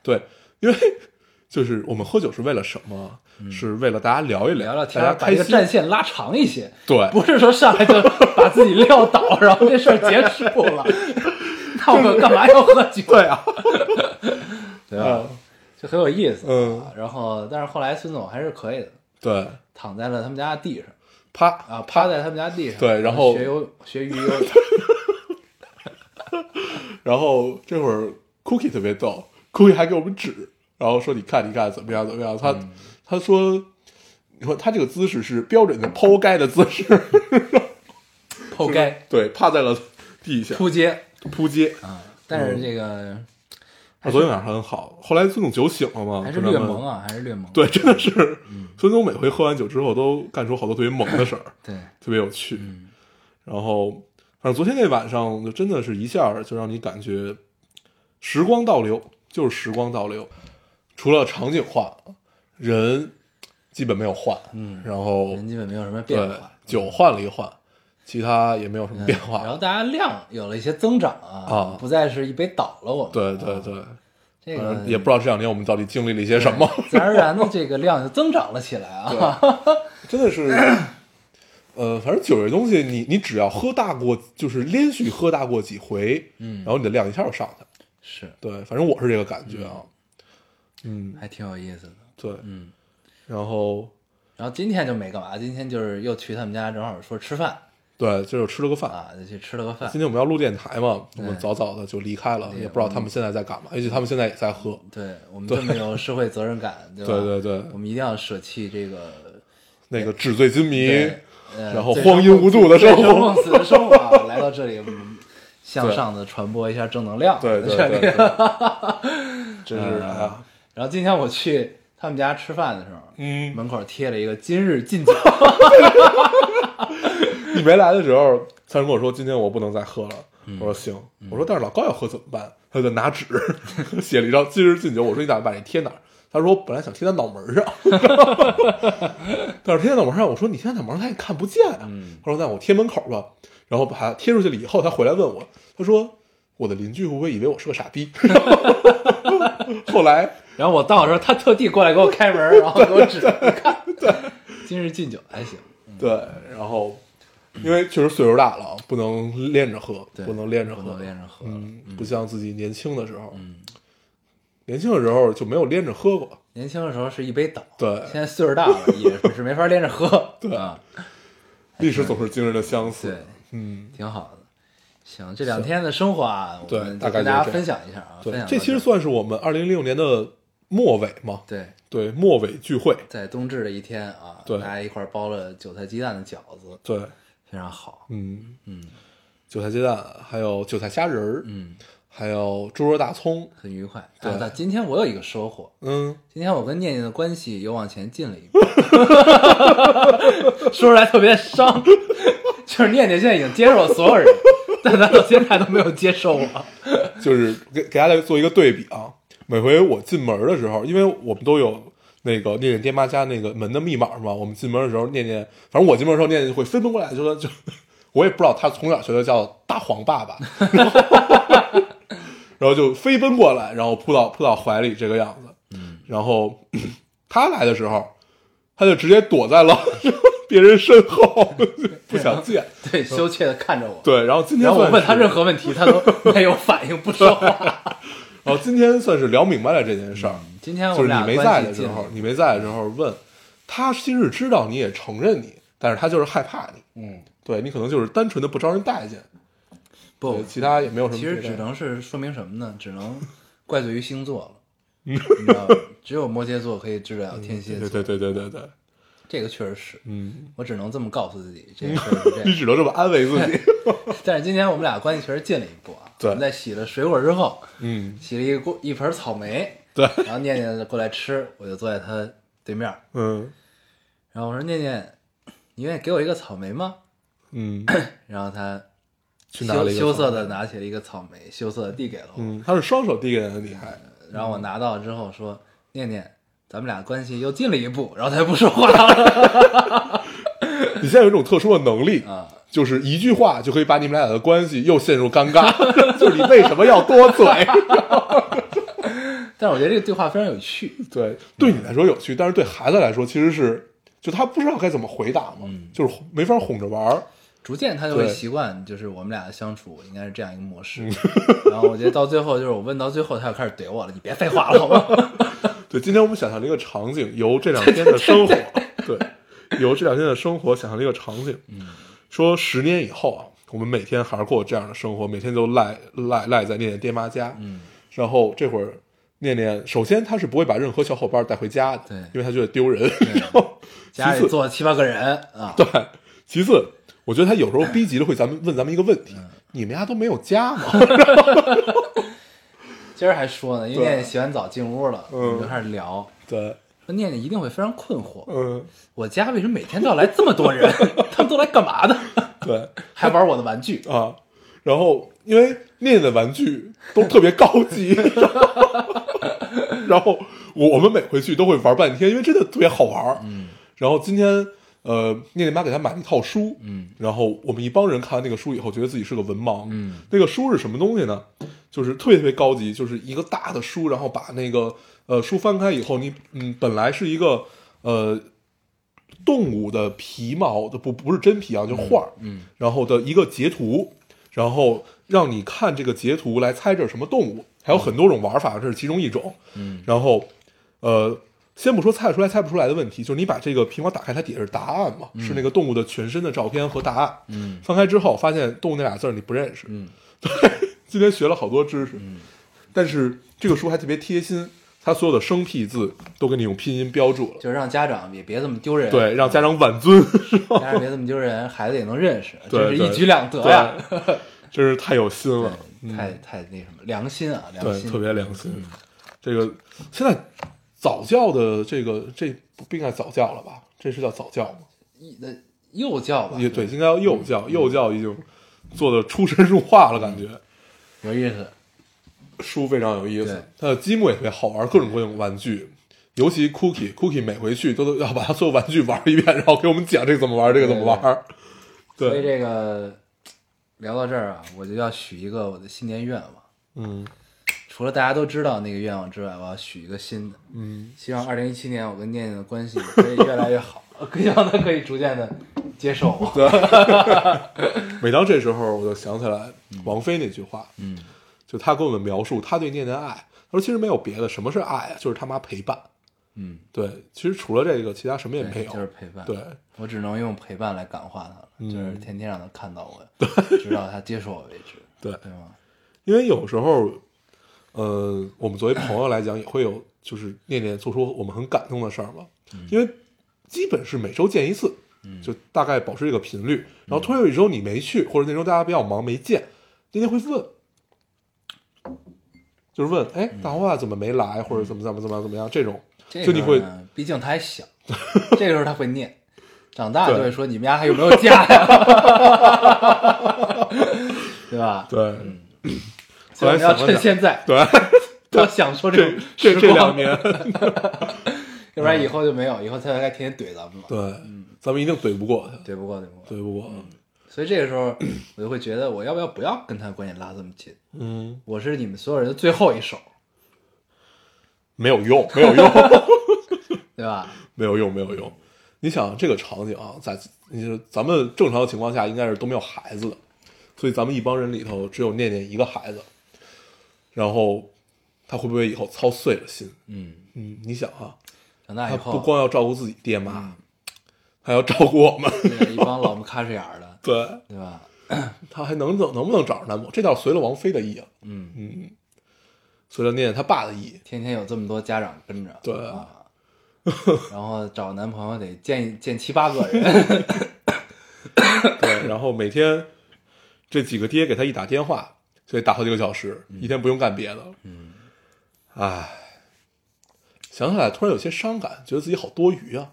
[SPEAKER 1] 对，
[SPEAKER 3] 对，因为 [LAUGHS] 就是我们喝酒是为了什么？是为了大家聊一
[SPEAKER 1] 嗯聊聊天
[SPEAKER 3] 大
[SPEAKER 1] 儿，
[SPEAKER 3] 家
[SPEAKER 1] 把
[SPEAKER 3] 开
[SPEAKER 1] 这个
[SPEAKER 3] 心。
[SPEAKER 1] 战线拉长一些，
[SPEAKER 3] 对
[SPEAKER 1] 不是说上来就把自己撂倒，然后这事儿结束
[SPEAKER 3] [LAUGHS]
[SPEAKER 1] 了，那我们干嘛要喝酒？
[SPEAKER 3] 对啊，
[SPEAKER 1] [LAUGHS] 对吧？就很有意思。
[SPEAKER 3] 嗯，
[SPEAKER 1] 然后，但是后来孙总还是可以的，
[SPEAKER 3] 对，
[SPEAKER 1] 躺在了他们家地上
[SPEAKER 3] 啪，
[SPEAKER 1] 啊，趴在他们家地上，
[SPEAKER 3] 对然后
[SPEAKER 1] 学游学鱼游，
[SPEAKER 3] [LAUGHS] 然后这会儿 Cookie 特别逗，Cookie 还给我们指，然后说你看你看怎么样怎么样，他、
[SPEAKER 1] 嗯
[SPEAKER 3] 他说。你说他这个姿势是标准的抛开的姿势，
[SPEAKER 1] [LAUGHS] 后盖
[SPEAKER 3] 对，趴在了地下
[SPEAKER 1] 扑街
[SPEAKER 3] 扑街。
[SPEAKER 1] 啊。但
[SPEAKER 3] 嗯
[SPEAKER 1] 是这个
[SPEAKER 3] 他昨天晚上很好，后来孙总酒醒了嘛，
[SPEAKER 1] 还是
[SPEAKER 3] 跟
[SPEAKER 1] 略
[SPEAKER 3] 咱们
[SPEAKER 1] 萌。啊，还是嗯略萌。
[SPEAKER 3] 对，真的是，孙总每回喝完酒之后都干出好多特别猛的事儿。
[SPEAKER 1] 对，
[SPEAKER 3] 特别有趣。
[SPEAKER 1] 嗯
[SPEAKER 3] 然后，反正昨天那晚上就真的是一下就让你感觉时光倒流，就是时光倒流。除了场景换了，人基本没有换，嗯，然后
[SPEAKER 1] 人基本没有什么变
[SPEAKER 3] 对
[SPEAKER 1] 化。
[SPEAKER 3] 酒换了一换，其他也没有什么变
[SPEAKER 1] 嗯然
[SPEAKER 3] 化。
[SPEAKER 1] 后大家量有了一些增长啊
[SPEAKER 3] 啊，
[SPEAKER 1] 不再是一杯倒了我们。
[SPEAKER 3] 对对对，
[SPEAKER 1] 这
[SPEAKER 3] 反
[SPEAKER 1] 个
[SPEAKER 3] 呃正也不知道这两年我们到底经历了一些什么，
[SPEAKER 1] 自然而然的这个量就增长了起来啊。 [LAUGHS]
[SPEAKER 3] 真的是。 [COUGHS] 呃，反正酒这东西你，你只要喝大过，就是连续喝大过几回，嗯，然后你的量一下就上去了。
[SPEAKER 1] 是，
[SPEAKER 3] 对，反正我是这个感觉啊。嗯，
[SPEAKER 1] 还挺有意思的。
[SPEAKER 3] 对，
[SPEAKER 1] 嗯，
[SPEAKER 3] 然后
[SPEAKER 1] 然后今天就没干嘛，今天就是又去他们家，正好说吃饭
[SPEAKER 3] 对，这就吃了个饭。
[SPEAKER 1] 啊，就去吃了个饭
[SPEAKER 3] 今。天我们要录电台嘛，我们
[SPEAKER 1] 对
[SPEAKER 3] 早早的就离开了，
[SPEAKER 1] 对
[SPEAKER 3] 也不知道他们现在在干嘛，也许他们现在也在喝。
[SPEAKER 1] 对我们这么有社会责任感，对吧？
[SPEAKER 3] 对对对
[SPEAKER 1] 我们一定要舍弃这个，
[SPEAKER 3] 那个纸醉金迷，
[SPEAKER 1] 对呃、
[SPEAKER 3] 然后
[SPEAKER 1] 醉
[SPEAKER 3] 荒
[SPEAKER 1] 生
[SPEAKER 3] 淫无度的生
[SPEAKER 1] 醉生梦
[SPEAKER 3] 活，
[SPEAKER 1] 死的生活啊，来到这里，我们向上的传播一下正能量。
[SPEAKER 3] 对对对， [LAUGHS] 对真是哎呀，
[SPEAKER 1] 然后今天我去他们家吃饭的时候，
[SPEAKER 3] 嗯，
[SPEAKER 1] 门口贴了一个“今日禁酒
[SPEAKER 3] [LAUGHS] 你没来的时候，三叔跟我说今天我不能再喝了，
[SPEAKER 1] 嗯
[SPEAKER 3] 我说行，我说但是老高要喝怎么办？他就拿纸写了一张今日禁酒，我说你打算把这贴哪儿？他说我本来想贴在脑门上， [LAUGHS] 但是贴在脑门上，我说你贴在脑门上他也看不见啊。
[SPEAKER 1] 嗯
[SPEAKER 3] 他说那我贴门口吧，然后把它贴出去了以后，他回来问我，他说我的邻居会不会以为我是个傻逼？ [LAUGHS] 后来”。
[SPEAKER 1] 然后我到的时候，他特地过来给我开门，
[SPEAKER 3] [LAUGHS]
[SPEAKER 1] 然后给我指，你看，今日禁酒还行。
[SPEAKER 3] 对，然后因为确实岁数大了啊，不能练着喝，
[SPEAKER 1] 对
[SPEAKER 3] 不能练着
[SPEAKER 1] 不
[SPEAKER 3] 喝，
[SPEAKER 1] 能连着喝了。
[SPEAKER 3] 嗯，不像自己年轻的时候，嗯，年轻的时候就没有连着喝过，
[SPEAKER 1] 年轻的时候是一杯倒，
[SPEAKER 3] 对
[SPEAKER 1] 现在岁数大了也是没法连着喝，
[SPEAKER 3] [LAUGHS] 对
[SPEAKER 1] 啊，
[SPEAKER 3] 历史总是惊人的相似，
[SPEAKER 1] 对，
[SPEAKER 3] 嗯，
[SPEAKER 1] 挺好的。行，这两天的生活啊，我
[SPEAKER 3] 对
[SPEAKER 1] 们就
[SPEAKER 3] 大
[SPEAKER 1] 跟
[SPEAKER 3] 概就
[SPEAKER 1] 大家
[SPEAKER 3] 这样
[SPEAKER 1] 分享一下啊，分享
[SPEAKER 3] 对，
[SPEAKER 1] 到
[SPEAKER 3] 这其实算是我们二零一六年的末尾嘛，
[SPEAKER 1] 对，
[SPEAKER 3] 对，末尾聚会，
[SPEAKER 1] 在冬至的一天啊，
[SPEAKER 3] 对
[SPEAKER 1] 大家一块儿包了韭菜鸡蛋的饺子，
[SPEAKER 3] 对，
[SPEAKER 1] 非常好。
[SPEAKER 3] 嗯
[SPEAKER 1] 嗯，
[SPEAKER 3] 韭菜鸡蛋，还有韭菜虾仁儿，
[SPEAKER 1] 嗯，
[SPEAKER 3] 还有猪肉大葱，
[SPEAKER 1] 很愉快。
[SPEAKER 3] 对
[SPEAKER 1] 啊，但今天我有一个收获，
[SPEAKER 3] 嗯，
[SPEAKER 1] 今天我跟念念的关系又往前进了一步， [LAUGHS] 说出来特别伤，就是念念现在已经接受了所有人， [LAUGHS] 但她到现在都没有接受我。
[SPEAKER 3] 就是给给大家做一个对比啊。每回我进门的时候，因为我们都有那个念念爹妈家那个门的密码嘛，我们进门的时候，念念，反正我进门的时候，念念就会飞奔过来，就说就，我也不知道他从哪儿学的叫大黄爸爸，然后然后就飞奔过来，然后扑到扑到怀里这个样子。然后他来的时候，他就直接躲在了别人身 [LAUGHS] 后，不想见。
[SPEAKER 1] 对，羞怯的看着我。
[SPEAKER 3] 对，然后今天
[SPEAKER 1] 然后我
[SPEAKER 3] 算
[SPEAKER 1] 问
[SPEAKER 3] 是 [LAUGHS]
[SPEAKER 1] 他任何问题，他都没有反应，不说话。
[SPEAKER 3] 然后今天算是聊明白了这件事儿，
[SPEAKER 1] 今天我
[SPEAKER 3] 就
[SPEAKER 1] 们
[SPEAKER 3] 是
[SPEAKER 1] 俩
[SPEAKER 3] 你没
[SPEAKER 1] 关
[SPEAKER 3] 在
[SPEAKER 1] 系
[SPEAKER 3] 的时
[SPEAKER 1] 近
[SPEAKER 3] 候
[SPEAKER 1] 了，
[SPEAKER 3] 你没在的时候问他，其实知道你也承认你，但是他就是害怕你，
[SPEAKER 1] 嗯，
[SPEAKER 3] 对你可能就是单纯的不招人待见，
[SPEAKER 1] 不
[SPEAKER 3] 对，其他也没有什
[SPEAKER 1] 哦
[SPEAKER 3] 么
[SPEAKER 1] 其
[SPEAKER 3] 别的。
[SPEAKER 1] 实只能是说明什么呢？只能怪罪于星座了，你知道吗？只有摩羯座可以治得了天蝎
[SPEAKER 3] 嗯
[SPEAKER 1] 座，
[SPEAKER 3] 对
[SPEAKER 1] 嗯
[SPEAKER 3] 对对对对对，
[SPEAKER 1] 这个确实是，
[SPEAKER 3] 嗯，
[SPEAKER 1] 我只能这么告诉自己，这个事儿是这
[SPEAKER 3] 你
[SPEAKER 1] 样。
[SPEAKER 3] 只能这么安慰自
[SPEAKER 1] [LAUGHS]
[SPEAKER 3] 己，
[SPEAKER 1] 但是今天我们俩关系确实近了一步啊。
[SPEAKER 3] 对
[SPEAKER 1] 我们在洗了水果之后，
[SPEAKER 3] 嗯，
[SPEAKER 1] 洗了一锅一盆草莓，
[SPEAKER 3] 对，
[SPEAKER 1] 然后念念过来吃，我就坐在他对面儿，
[SPEAKER 3] 嗯
[SPEAKER 1] 然后我说念念，你愿意给我一个草莓吗？
[SPEAKER 3] 嗯
[SPEAKER 1] 然后他
[SPEAKER 3] 去拿了
[SPEAKER 1] 羞
[SPEAKER 3] 一个
[SPEAKER 1] 羞
[SPEAKER 3] 草
[SPEAKER 1] 涩的拿起了一个草莓，羞涩的递给了我。
[SPEAKER 3] 嗯，他是双手递给人的，你还
[SPEAKER 1] 然后我拿到之后说：“念念，咱们俩关系又近了一步。”然后他就不说话了
[SPEAKER 3] 你现在有一种特殊的能力，
[SPEAKER 1] 啊。
[SPEAKER 3] 就是一句话就可以把你们俩的关系又陷入尴尬， [LAUGHS] 就是你为什么要多嘴？
[SPEAKER 1] 但是我觉得这个对话非常有趣。
[SPEAKER 3] 对，对你来说有趣，但是对孩子来说其实是，就他不知道该怎么回答嘛，就是没法哄着玩儿。
[SPEAKER 1] 逐渐他就会
[SPEAKER 3] 对嗯
[SPEAKER 1] 习惯，就是我们俩的相处应该是这样一个模式。 [LAUGHS] 然后我觉得到最后，就是我问到最后，他就
[SPEAKER 3] [LAUGHS]
[SPEAKER 1] 开始怼我了：“你别废话了，好吗
[SPEAKER 3] 对，今天我们想象了一个场景，由这两天的生活，对，嗯由这两天的生活想象了一个场景，说十年以后啊，我们每天还是过这样的生活，每天都赖赖赖在念念爹妈家，嗯，然后这会儿念念，首先他是不会把任何小伙伴带回家的，
[SPEAKER 1] 对
[SPEAKER 3] 因为他觉得丢人， [LAUGHS] 然后？”
[SPEAKER 1] 家
[SPEAKER 3] 其
[SPEAKER 1] 里
[SPEAKER 3] 次
[SPEAKER 1] 坐了七八个人啊，
[SPEAKER 3] 对，其次，我觉得他有时候逼急了会咱们问咱们一个问题：你们家都没有家吗？ [LAUGHS]
[SPEAKER 1] 今儿还说呢，因为
[SPEAKER 3] 对
[SPEAKER 1] 念念洗完澡进屋了，
[SPEAKER 3] 嗯
[SPEAKER 1] 我们就开始聊。
[SPEAKER 3] 对，
[SPEAKER 1] 说念念一定会非常困惑，
[SPEAKER 3] 嗯，
[SPEAKER 1] 我家为什么每天都要来这么多
[SPEAKER 3] [LAUGHS]
[SPEAKER 1] 人？他们都来干嘛的？
[SPEAKER 3] 对
[SPEAKER 1] 还玩我的玩具？
[SPEAKER 3] 啊。然后，因为念念的玩具都特别高级， [LAUGHS] 然后然后我我们每回去都会玩半天，因为真的特别好玩。嗯。然后今天，呃，念念妈给他买了一套书，
[SPEAKER 1] 嗯，
[SPEAKER 3] 然后我们一帮人看完那个书以后，觉得自己是个文盲。
[SPEAKER 1] 嗯，
[SPEAKER 3] 那个书是什么东西呢？就是特别特别高级，就是一个大的书，然后把那个呃书翻开以后，你嗯本来是一个呃动物的皮毛的不不是真皮啊，就画嗯，然后的一个截图，然后让你看这个截图来猜这是什么动物，还有很多种玩法，这是其中一种。嗯，然后呃，先不说猜得出来猜不出来的问题，就是你把这个屏保打开，它底下是答案嘛，是那个动物的全身的照片和答案。嗯，翻开之后发现动物那俩字儿你不认识。嗯， [LAUGHS] 对，今天学了好多知识。嗯，但是这个书还特别贴心，它所有的生僻字都给你用拼音标注了。
[SPEAKER 1] 就是让家长也别这么丢人，
[SPEAKER 3] 对，，让家长挽尊，
[SPEAKER 1] 家长别这么丢人，孩子也能认识，真
[SPEAKER 3] 对
[SPEAKER 1] 是一举两得
[SPEAKER 3] 对 [LAUGHS]
[SPEAKER 1] 呀，，
[SPEAKER 3] 真是太有心
[SPEAKER 1] 对
[SPEAKER 3] 了，嗯
[SPEAKER 1] 太太那什么，良心啊，良
[SPEAKER 3] 对，
[SPEAKER 1] 心，
[SPEAKER 3] 特别良心。这个现在早教的这个这不应该早教了吧？这是叫早教吗？
[SPEAKER 1] 一呃幼教吧，
[SPEAKER 3] 也对，应该叫幼教，幼教已经做的出神入化了，感觉
[SPEAKER 1] 有意思，
[SPEAKER 3] 书非常有意
[SPEAKER 1] 对
[SPEAKER 3] 思，它的积木也特别好玩，各种各样的玩具。尤其 Cookie Cookie 每回去都都要把它所有玩具玩一遍，然后给我们讲这个怎么玩，这个怎么玩。
[SPEAKER 1] 所以
[SPEAKER 3] 对，
[SPEAKER 1] 这个聊到这儿啊，我就要许一个我的新年愿望，
[SPEAKER 3] 嗯
[SPEAKER 1] 除了大家都知道那个愿望之外，我要许一个新的，
[SPEAKER 3] 嗯，
[SPEAKER 1] 希望二零一七年我跟念念的关系可以越来越好，希望 [LAUGHS] 他可以逐渐的接受我，
[SPEAKER 3] 每当这时候，我就想起来王菲那句话，嗯，就她跟我们描述她对念念的爱，她说其实没有别的，什么是爱啊？就是他妈陪伴。
[SPEAKER 1] 嗯，
[SPEAKER 3] 对，其实除了这个，其他什么也没
[SPEAKER 1] 对
[SPEAKER 3] 有。
[SPEAKER 1] 就是陪伴，
[SPEAKER 3] 对，
[SPEAKER 1] 我只能用陪伴来感化他了，
[SPEAKER 3] 嗯
[SPEAKER 1] 就是天天让他看到我，直到他接受我为止，
[SPEAKER 3] 对
[SPEAKER 1] 对吗？
[SPEAKER 3] 因为有时候，呃，我们作为朋友来讲，也会有就是念念做出我们很感动的事儿嘛。
[SPEAKER 1] 嗯
[SPEAKER 3] 因为基本是每周见一次，就大概保持这个频率。
[SPEAKER 1] 嗯
[SPEAKER 3] 然后突然有一周你没去，或者那周大家比较忙没见，念念会问，就是问，哎，大红爸怎么没来，或者怎么怎么怎么怎么样这种，
[SPEAKER 1] 嗯这嗯
[SPEAKER 3] 就你
[SPEAKER 1] 时候
[SPEAKER 3] 会
[SPEAKER 1] 呢，毕竟他还小，这时候他会念，长大就会说你们家还有没有家呀？ [LAUGHS] 对吧？
[SPEAKER 3] 对
[SPEAKER 1] 所以我们要
[SPEAKER 3] 后来想了
[SPEAKER 1] 趁
[SPEAKER 3] 想
[SPEAKER 1] 现在
[SPEAKER 3] 对，
[SPEAKER 1] 多享受
[SPEAKER 3] 这
[SPEAKER 1] 种
[SPEAKER 3] 这
[SPEAKER 1] 时
[SPEAKER 3] 这
[SPEAKER 1] 光，
[SPEAKER 3] 两年，
[SPEAKER 1] [LAUGHS] 要不然以后就没有，以后他该天天怼咱们了，
[SPEAKER 3] 对，
[SPEAKER 1] 嗯
[SPEAKER 3] 咱们一定怼不过他，
[SPEAKER 1] 怼不过，怼不过。
[SPEAKER 3] 怼不过，
[SPEAKER 1] 所以这个时候我就会觉得，我要不要不要跟他关系拉这么近？
[SPEAKER 3] 嗯，
[SPEAKER 1] 我是你们所有人的最后一手，
[SPEAKER 3] 没
[SPEAKER 1] [LAUGHS]
[SPEAKER 3] 有用，没有用。
[SPEAKER 1] 对吧？
[SPEAKER 3] 没有用，没有用。你想这个场景啊，在你说咱们正常的情况下应该是都没有孩子的，所以咱们一帮人里头只有念念一个孩子，然后他会不会以后操碎了心？
[SPEAKER 1] 嗯，
[SPEAKER 3] 嗯，你想啊，
[SPEAKER 1] 长大
[SPEAKER 3] 他
[SPEAKER 1] 以
[SPEAKER 3] 不
[SPEAKER 1] 后，
[SPEAKER 3] 光要照顾自己爹
[SPEAKER 1] 嗯
[SPEAKER 3] 妈，还要照顾我们， [LAUGHS]
[SPEAKER 1] 对一帮老不卡哧眼儿的，
[SPEAKER 3] 对
[SPEAKER 1] 对吧？
[SPEAKER 3] 他还能能能不能找着男朋友？这叫随了王菲的意啊，
[SPEAKER 1] 嗯，
[SPEAKER 3] 嗯，随了念念他爸的意，
[SPEAKER 1] 天天有这么多家长跟着，
[SPEAKER 3] 对
[SPEAKER 1] 啊，然后找男朋友得见见七八个人， [LAUGHS]
[SPEAKER 3] 对，然后每天这几个爹给他一打电话，所以打好几个小时，一天不用干别的。嗯，唉，想起来突然有些伤感，觉得自己好多余啊，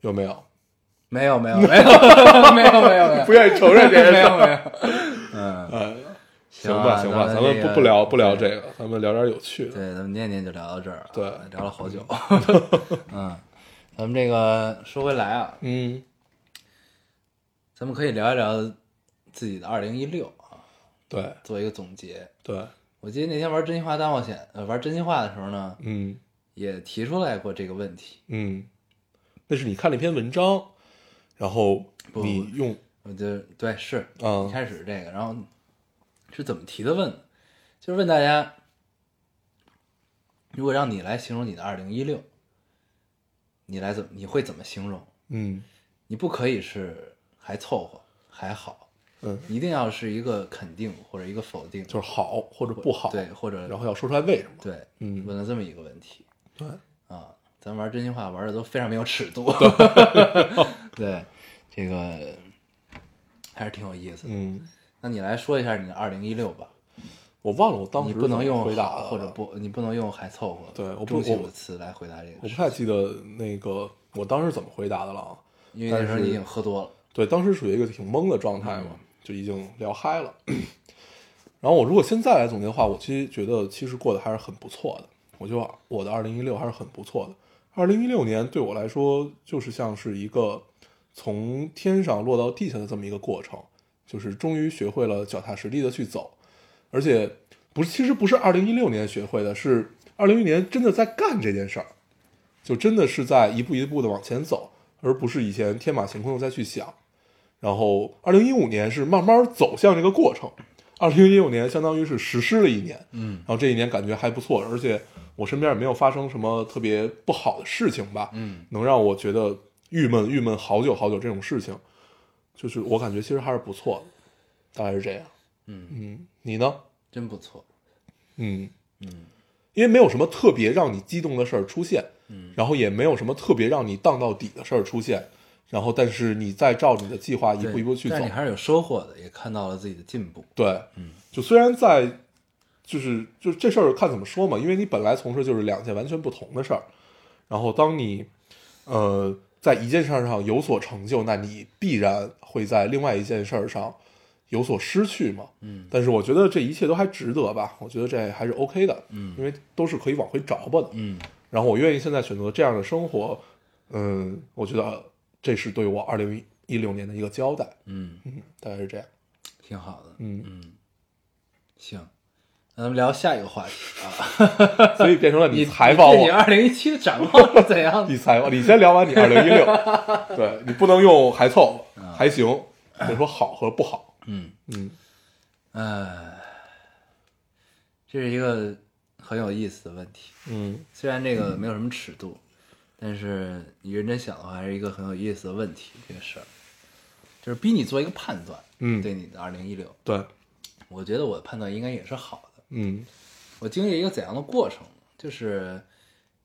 [SPEAKER 3] 有没有？
[SPEAKER 1] 没有没有没有没有没有没有，
[SPEAKER 3] 不愿意承认这件
[SPEAKER 1] 没
[SPEAKER 3] 事
[SPEAKER 1] 有
[SPEAKER 3] 儿。
[SPEAKER 1] 没有，嗯，
[SPEAKER 3] [LAUGHS] 哎，行
[SPEAKER 1] 啊
[SPEAKER 3] 吧，行吧，咱们
[SPEAKER 1] 这
[SPEAKER 3] 不
[SPEAKER 1] 个
[SPEAKER 3] 不聊不聊这个，咱们聊点有趣
[SPEAKER 1] 对，
[SPEAKER 3] 的。
[SPEAKER 1] 咱们念念就聊到这儿啊，
[SPEAKER 3] 对
[SPEAKER 1] 聊了好久， [LAUGHS] 嗯，咱们这个说回来啊，
[SPEAKER 3] 嗯，
[SPEAKER 1] 咱们可以聊一聊自己的二零一六啊，
[SPEAKER 3] 对
[SPEAKER 1] 做一个总结。
[SPEAKER 3] 对，
[SPEAKER 1] 我记得那天玩真心话大冒险，呃，玩真心话的时候呢，
[SPEAKER 3] 嗯
[SPEAKER 1] 也提出来过这个问题。
[SPEAKER 3] 嗯，那是你看了一篇文章，然后
[SPEAKER 1] 不
[SPEAKER 3] 你用
[SPEAKER 1] 我觉得对，是
[SPEAKER 3] 嗯
[SPEAKER 1] 一开始是这个，然后是怎么提的问的？就是问大家，如果让你来形容你的二零一六，你来怎么你会怎么形容？
[SPEAKER 3] 嗯
[SPEAKER 1] 你不可以是还凑合还好，
[SPEAKER 3] 嗯，
[SPEAKER 1] 一定要是一个肯定或者一个否定，
[SPEAKER 3] 就是好或者不好，
[SPEAKER 1] 对，或者
[SPEAKER 3] 然后要说出来为什么。
[SPEAKER 1] 对，
[SPEAKER 3] 嗯
[SPEAKER 1] 问了这么一个问题
[SPEAKER 3] 对，
[SPEAKER 1] 啊，咱玩真心话玩的都非常没有尺度， [LAUGHS] 对，这个还是挺有意思的。
[SPEAKER 3] 嗯。
[SPEAKER 1] 那你来说一下你的二零一六吧，
[SPEAKER 3] 我忘了我当时
[SPEAKER 1] 你不能
[SPEAKER 3] 怎么
[SPEAKER 1] 用
[SPEAKER 3] 回答
[SPEAKER 1] 好
[SPEAKER 3] 了
[SPEAKER 1] 或者，不，你不能用还凑合，
[SPEAKER 3] 对我不
[SPEAKER 1] 中性
[SPEAKER 3] 我
[SPEAKER 1] 的词来回答这
[SPEAKER 3] 我
[SPEAKER 1] 个
[SPEAKER 3] 不
[SPEAKER 1] 事，
[SPEAKER 3] 太记得那个我当时怎么回答的了啊。
[SPEAKER 1] 因为那时候你已经喝多了，
[SPEAKER 3] 对，当时处于一个挺懵的状态嘛，就已经聊嗨了。 [CLEARS THROAT] 然后我如果现在来总结的话，我其实觉得其实过得还是很不错的。我觉得我的二零一六还是很不错的。二零一六年对我来说，就是像是一个从天上落到地下的这么一个过程，就是终于学会了脚踏实地的去走，而且不是，其实不是二零一六年学会的，是二零一年真的在干这件事儿，就真的是在一步一步的往前走，而不是以前天马行空的再去想。然后二零一五年是慢慢走向这个过程，二零一六年相当于是实施了一年，
[SPEAKER 1] 嗯，
[SPEAKER 3] 然后这一年感觉还不错，而且我身边也没有发生什么特别不好的事情吧，
[SPEAKER 1] 嗯，
[SPEAKER 3] 能让我觉得郁闷郁闷好久好久这种事情，就是我感觉其实还是不错的，大概是这样，
[SPEAKER 1] 嗯
[SPEAKER 3] 嗯，你呢？
[SPEAKER 1] 真不错，
[SPEAKER 3] 嗯
[SPEAKER 1] 嗯，
[SPEAKER 3] 因为没有什么特别让你激动的事儿出现，嗯，然后也没有什么特别让你荡到底的事儿出现，然后但是你再照着你的计划一
[SPEAKER 1] 对
[SPEAKER 3] 步一步去走
[SPEAKER 1] 但是，你还是有收获的，也看到了自己的进步，
[SPEAKER 3] 对，嗯，就虽然在，就是就这事儿看怎么说嘛，因为你本来从事就是两件完全不同的事儿，然后当你呃在一件事儿上有所成就，那你必然会在另外一件事儿上有所失去嘛，嗯，但是我觉得这一切都还值得吧，我觉得这还是 OK 的，嗯，因为都是可以往回找吧的，
[SPEAKER 1] 嗯，
[SPEAKER 3] 然后我愿意现在选择这样的生活，嗯，我觉得这是对我二零一六年的一个交代，
[SPEAKER 1] 嗯，
[SPEAKER 3] 嗯，大概是这样，
[SPEAKER 1] 挺好的，
[SPEAKER 3] 嗯
[SPEAKER 1] 行，那咱们聊下一个话题
[SPEAKER 3] [LAUGHS]
[SPEAKER 1] 啊，
[SPEAKER 3] 所以变成了你
[SPEAKER 1] 你
[SPEAKER 3] 采访
[SPEAKER 1] 对
[SPEAKER 3] 我
[SPEAKER 1] 你，二零一七的展望是怎
[SPEAKER 3] [LAUGHS]
[SPEAKER 1] 样的？
[SPEAKER 3] 你才，你先聊完你二零
[SPEAKER 1] [LAUGHS]
[SPEAKER 3] 一六，对你不能用还凑
[SPEAKER 1] 啊
[SPEAKER 3] 合还行，得说好和不好。
[SPEAKER 1] 嗯。
[SPEAKER 3] 嗯
[SPEAKER 1] 呃，这是一个很有意思的问题。
[SPEAKER 3] 嗯
[SPEAKER 1] 虽然这个没有什么尺度，但是你认真想的话，还是一个很有意思的问题。这个事儿就是逼你做一个判断。
[SPEAKER 3] 嗯
[SPEAKER 1] 对你的二零一六，
[SPEAKER 3] 对，
[SPEAKER 1] 我觉得我的判断应该也是好的。
[SPEAKER 3] 嗯
[SPEAKER 1] 我经历一个怎样的过程呢？就是，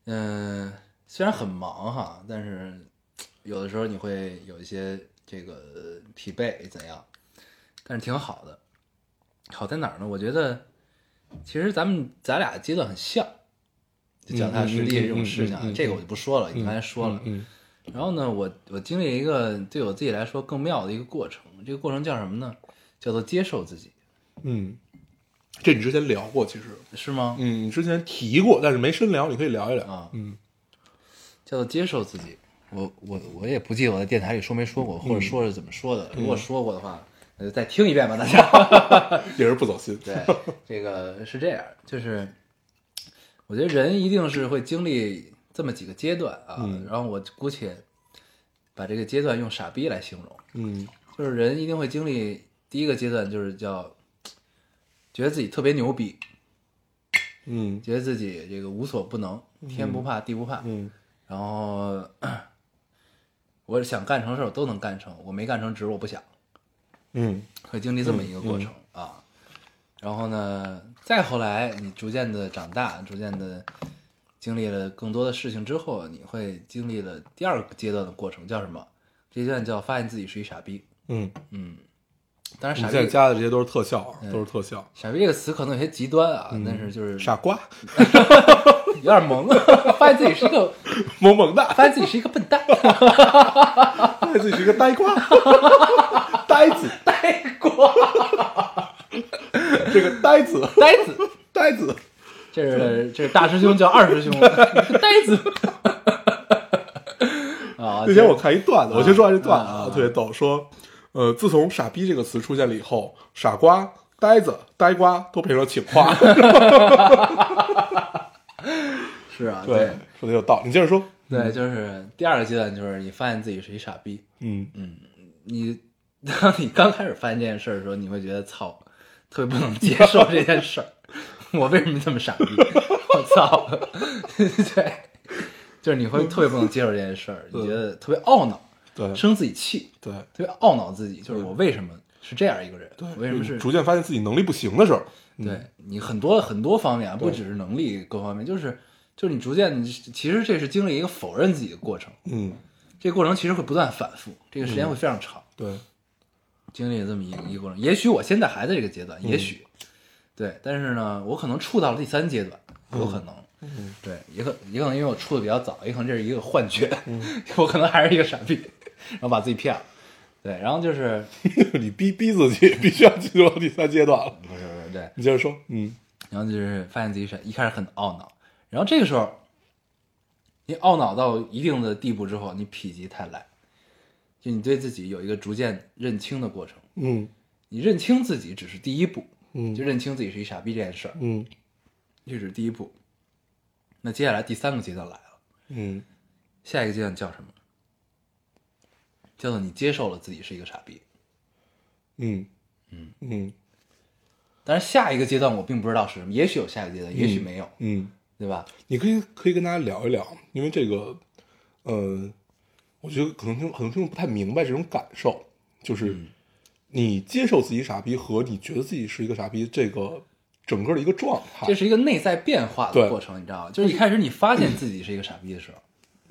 [SPEAKER 1] 嗯、虽然很忙哈，但是有的时候你会有一些这个疲惫怎样，但是挺好的。好在哪儿呢？我觉得其实咱们咱俩接的很像，就脚踏实地这种事情啊，
[SPEAKER 3] 嗯嗯嗯嗯嗯嗯
[SPEAKER 1] 这个我就不说了，你刚才说了。
[SPEAKER 3] 嗯
[SPEAKER 1] 然后呢，我我经历一个对我自己来说更妙的一个过程，这个过程叫什么呢？叫做接受自己，
[SPEAKER 3] 嗯，这你之前聊过，其实，
[SPEAKER 1] 是吗？
[SPEAKER 3] 嗯，你之前提过，但是没深聊，你可以聊一聊。
[SPEAKER 1] 啊，
[SPEAKER 3] 嗯，
[SPEAKER 1] 叫做接受自己。我我我也不记得我在电台里说没说过，
[SPEAKER 3] 嗯
[SPEAKER 1] 或者说是怎么说的。如果说过的话，那就再听一遍吧，大
[SPEAKER 3] [LAUGHS]
[SPEAKER 1] 家。
[SPEAKER 3] 也是不走心。
[SPEAKER 1] 对，这个是这样，就是我觉得人一定是会经历这么几个阶段啊。
[SPEAKER 3] 嗯
[SPEAKER 1] 然后我姑且把这个阶段用傻逼来形容，
[SPEAKER 3] 嗯
[SPEAKER 1] 就是人一定会经历第一个阶段，就是叫觉得自己特别牛逼，
[SPEAKER 3] 嗯
[SPEAKER 1] 觉得自己这个无所不能，天不怕地不怕，
[SPEAKER 3] 嗯
[SPEAKER 1] 然后 [CLEARS THROAT] 我想干成事儿都能干成，我没干成只是我不想，
[SPEAKER 3] 嗯
[SPEAKER 1] 会经历这么一个过程、啊。然后呢，再后来你逐渐的长大，逐渐的经历了更多的事情之后，你会经历了第二个阶段的过程，叫什么？这阶段叫发现自己是一傻逼。
[SPEAKER 3] 嗯，
[SPEAKER 1] 当然，
[SPEAKER 3] 你
[SPEAKER 1] 傻
[SPEAKER 3] 现在
[SPEAKER 1] 逼嗯
[SPEAKER 3] 加的这些都是特效啊，都是特效。
[SPEAKER 1] 傻逼这个词可能有些极端啊，但是就是
[SPEAKER 3] 嗯傻瓜，
[SPEAKER 1] 有点萌， [LAUGHS] 发现自己是一个
[SPEAKER 3] 萌萌 [LAUGHS] 的，
[SPEAKER 1] 发现自己是一个笨蛋，
[SPEAKER 3] 发现自己是一个
[SPEAKER 1] [LAUGHS]
[SPEAKER 3] 呆瓜，呆子，
[SPEAKER 1] 呆瓜，
[SPEAKER 3] 这个呆子，
[SPEAKER 1] 呆子。
[SPEAKER 3] 呆子，
[SPEAKER 1] 这是这是大师兄叫二师兄，你个呆子。 [LAUGHS] 啊，
[SPEAKER 3] 那天我看一段子，我先说完这段
[SPEAKER 1] 啊啊
[SPEAKER 3] 啊，
[SPEAKER 1] 啊
[SPEAKER 3] 特别逗，说，呃，自从“傻逼”这个词出现了以后，傻瓜、呆子、呆瓜都变成了请话，
[SPEAKER 1] [LAUGHS] 是啊，
[SPEAKER 3] 对，嗯说的有道理。你接着说，
[SPEAKER 1] 对，就是第二个阶段，就是你发现自己是一傻逼。
[SPEAKER 3] 嗯
[SPEAKER 1] 你 [LAUGHS] 当你刚开始发现这件事儿的时候，你会觉得操，特别不能接受这件事儿， [LAUGHS] 我为什么这么傻逼？ [LAUGHS] 我操， [LAUGHS] 对，就是你会特别不能接受这件事儿，你觉得特别懊恼，
[SPEAKER 3] 对
[SPEAKER 1] 生自己气，
[SPEAKER 3] 对
[SPEAKER 1] 特别懊恼自己，就是我为什么是这样一个人？
[SPEAKER 3] 对，
[SPEAKER 1] 我为什么是
[SPEAKER 3] 逐渐发现自己能力不行的时候，
[SPEAKER 1] 对你很多很多方面啊，不
[SPEAKER 3] 对
[SPEAKER 1] 只是能力各方面，就是就是你逐渐，你其实这是经历一个否认自己的过程，
[SPEAKER 3] 嗯，
[SPEAKER 1] 这个过程其实会不断反复，这个时间会非常长，
[SPEAKER 3] 对，
[SPEAKER 1] [LAUGHS] 经历了这么一个一个过程。也许我现在还在这个阶段，也许，对，但是呢，我可能触到了第三阶段，有可能，对，也可也可能因为我触的比较早，也可能这是一个幻觉， [LAUGHS] 我可能还是一个傻逼，然后把自己骗了，对，然后就是
[SPEAKER 3] 你逼逼自己， [LAUGHS] 必须要进入到第三阶段了。
[SPEAKER 1] 不是不是对，
[SPEAKER 3] 你接着说，嗯
[SPEAKER 1] 然后就是发现自己是一开始很懊恼，然后这个时候，你懊恼到一定的地步之后，你否极泰来，就你对自己有一个逐渐认清的过程。
[SPEAKER 3] 嗯
[SPEAKER 1] 你认清自己只是第一步，
[SPEAKER 3] 嗯
[SPEAKER 1] 就认清自己是一傻逼这件事儿，
[SPEAKER 3] 嗯
[SPEAKER 1] 这只是第一步。那接下来第三个阶段来了，
[SPEAKER 3] 嗯
[SPEAKER 1] 下一个阶段叫什么？叫做你接受了自己是一个傻逼。
[SPEAKER 3] 嗯嗯嗯
[SPEAKER 1] 但是下一个阶段我并不知道是什么，也许有下一个阶段，也许没有，
[SPEAKER 3] 嗯，
[SPEAKER 1] 对吧？
[SPEAKER 3] 你可以可以跟大家聊一聊，因为这个，呃，我觉得可能听很多听众不太明白这种感受，就是你接受自己傻逼和你觉得自己是一个傻逼这个整个的一个状态
[SPEAKER 1] 这。是一个内在变化的
[SPEAKER 3] 对
[SPEAKER 1] 过程，你知道吗？就是一开始你发现自己是一个傻逼的时候，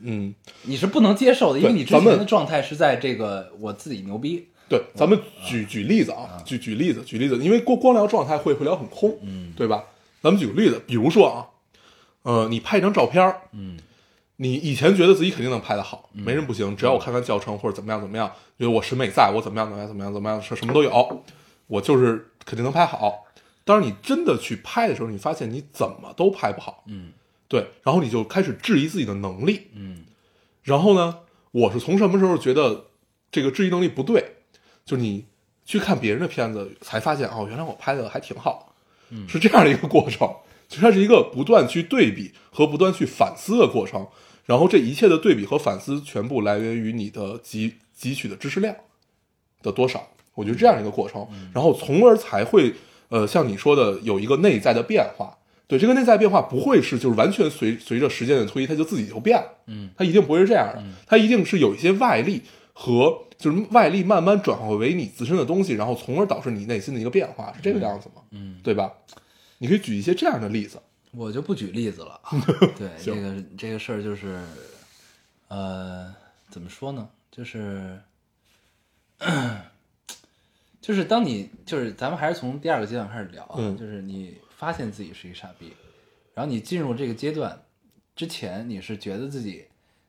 [SPEAKER 3] 嗯，
[SPEAKER 1] 你是不能接受的，因为
[SPEAKER 3] 对
[SPEAKER 1] 你之前
[SPEAKER 3] 咱
[SPEAKER 1] 的
[SPEAKER 3] 们
[SPEAKER 1] 状态是在这个我自己牛逼，
[SPEAKER 3] 对，咱们举举例子嗯啊，举举例子，举例子，因为光光聊状态会会聊很空，嗯，对吧？咱们举个例子，比如说啊，呃，你拍一张照片，嗯，你以前觉得自己肯定能拍得好，没人不行，只要我看看教程或者怎么样怎么样，觉得我审美在，我怎么样怎么样怎么样怎么样，什什么都有，我就是肯定能拍好。但是你真的去拍的时候，你发现你怎么都拍不好，
[SPEAKER 1] 嗯，
[SPEAKER 3] 对，然后你就开始质疑自己的能力，
[SPEAKER 1] 嗯
[SPEAKER 3] 然后呢，我是从什么时候觉得这个质疑能力不对？就你去看别人的片子，才发现哦，原来我拍的还挺好，是这样的一个过程。 [LAUGHS] 其实它是一个不断去对比和不断去反思的过程，然后这一切的对比和反思全部来源于你的汲汲取的知识量的多少。我觉得这样一个过程，然后从而才会呃，像你说的有一个内在的变化。对，这个内在变化不会是就是完全随随着时间的推移，它就自己就变了。
[SPEAKER 1] 嗯
[SPEAKER 3] 它一定不会是这样的，它一定是有一些外力和就是外力慢慢转化为你自身的东西，然后从而导致你内心的一个变化，是这个样子吗？
[SPEAKER 1] 嗯，
[SPEAKER 3] 对吧？你可以举一些这样的例子。
[SPEAKER 1] 我就不举例子
[SPEAKER 3] [LAUGHS]
[SPEAKER 1] 了啊。对，这个这个事儿就是，呃，怎么说呢？就是， [CLEARS THROAT] 就是当你就是咱们还是从第二个阶段开始聊啊，
[SPEAKER 3] 嗯
[SPEAKER 1] 就是你发现自己是一傻逼，然后你进入这个阶段之前，你是觉得自己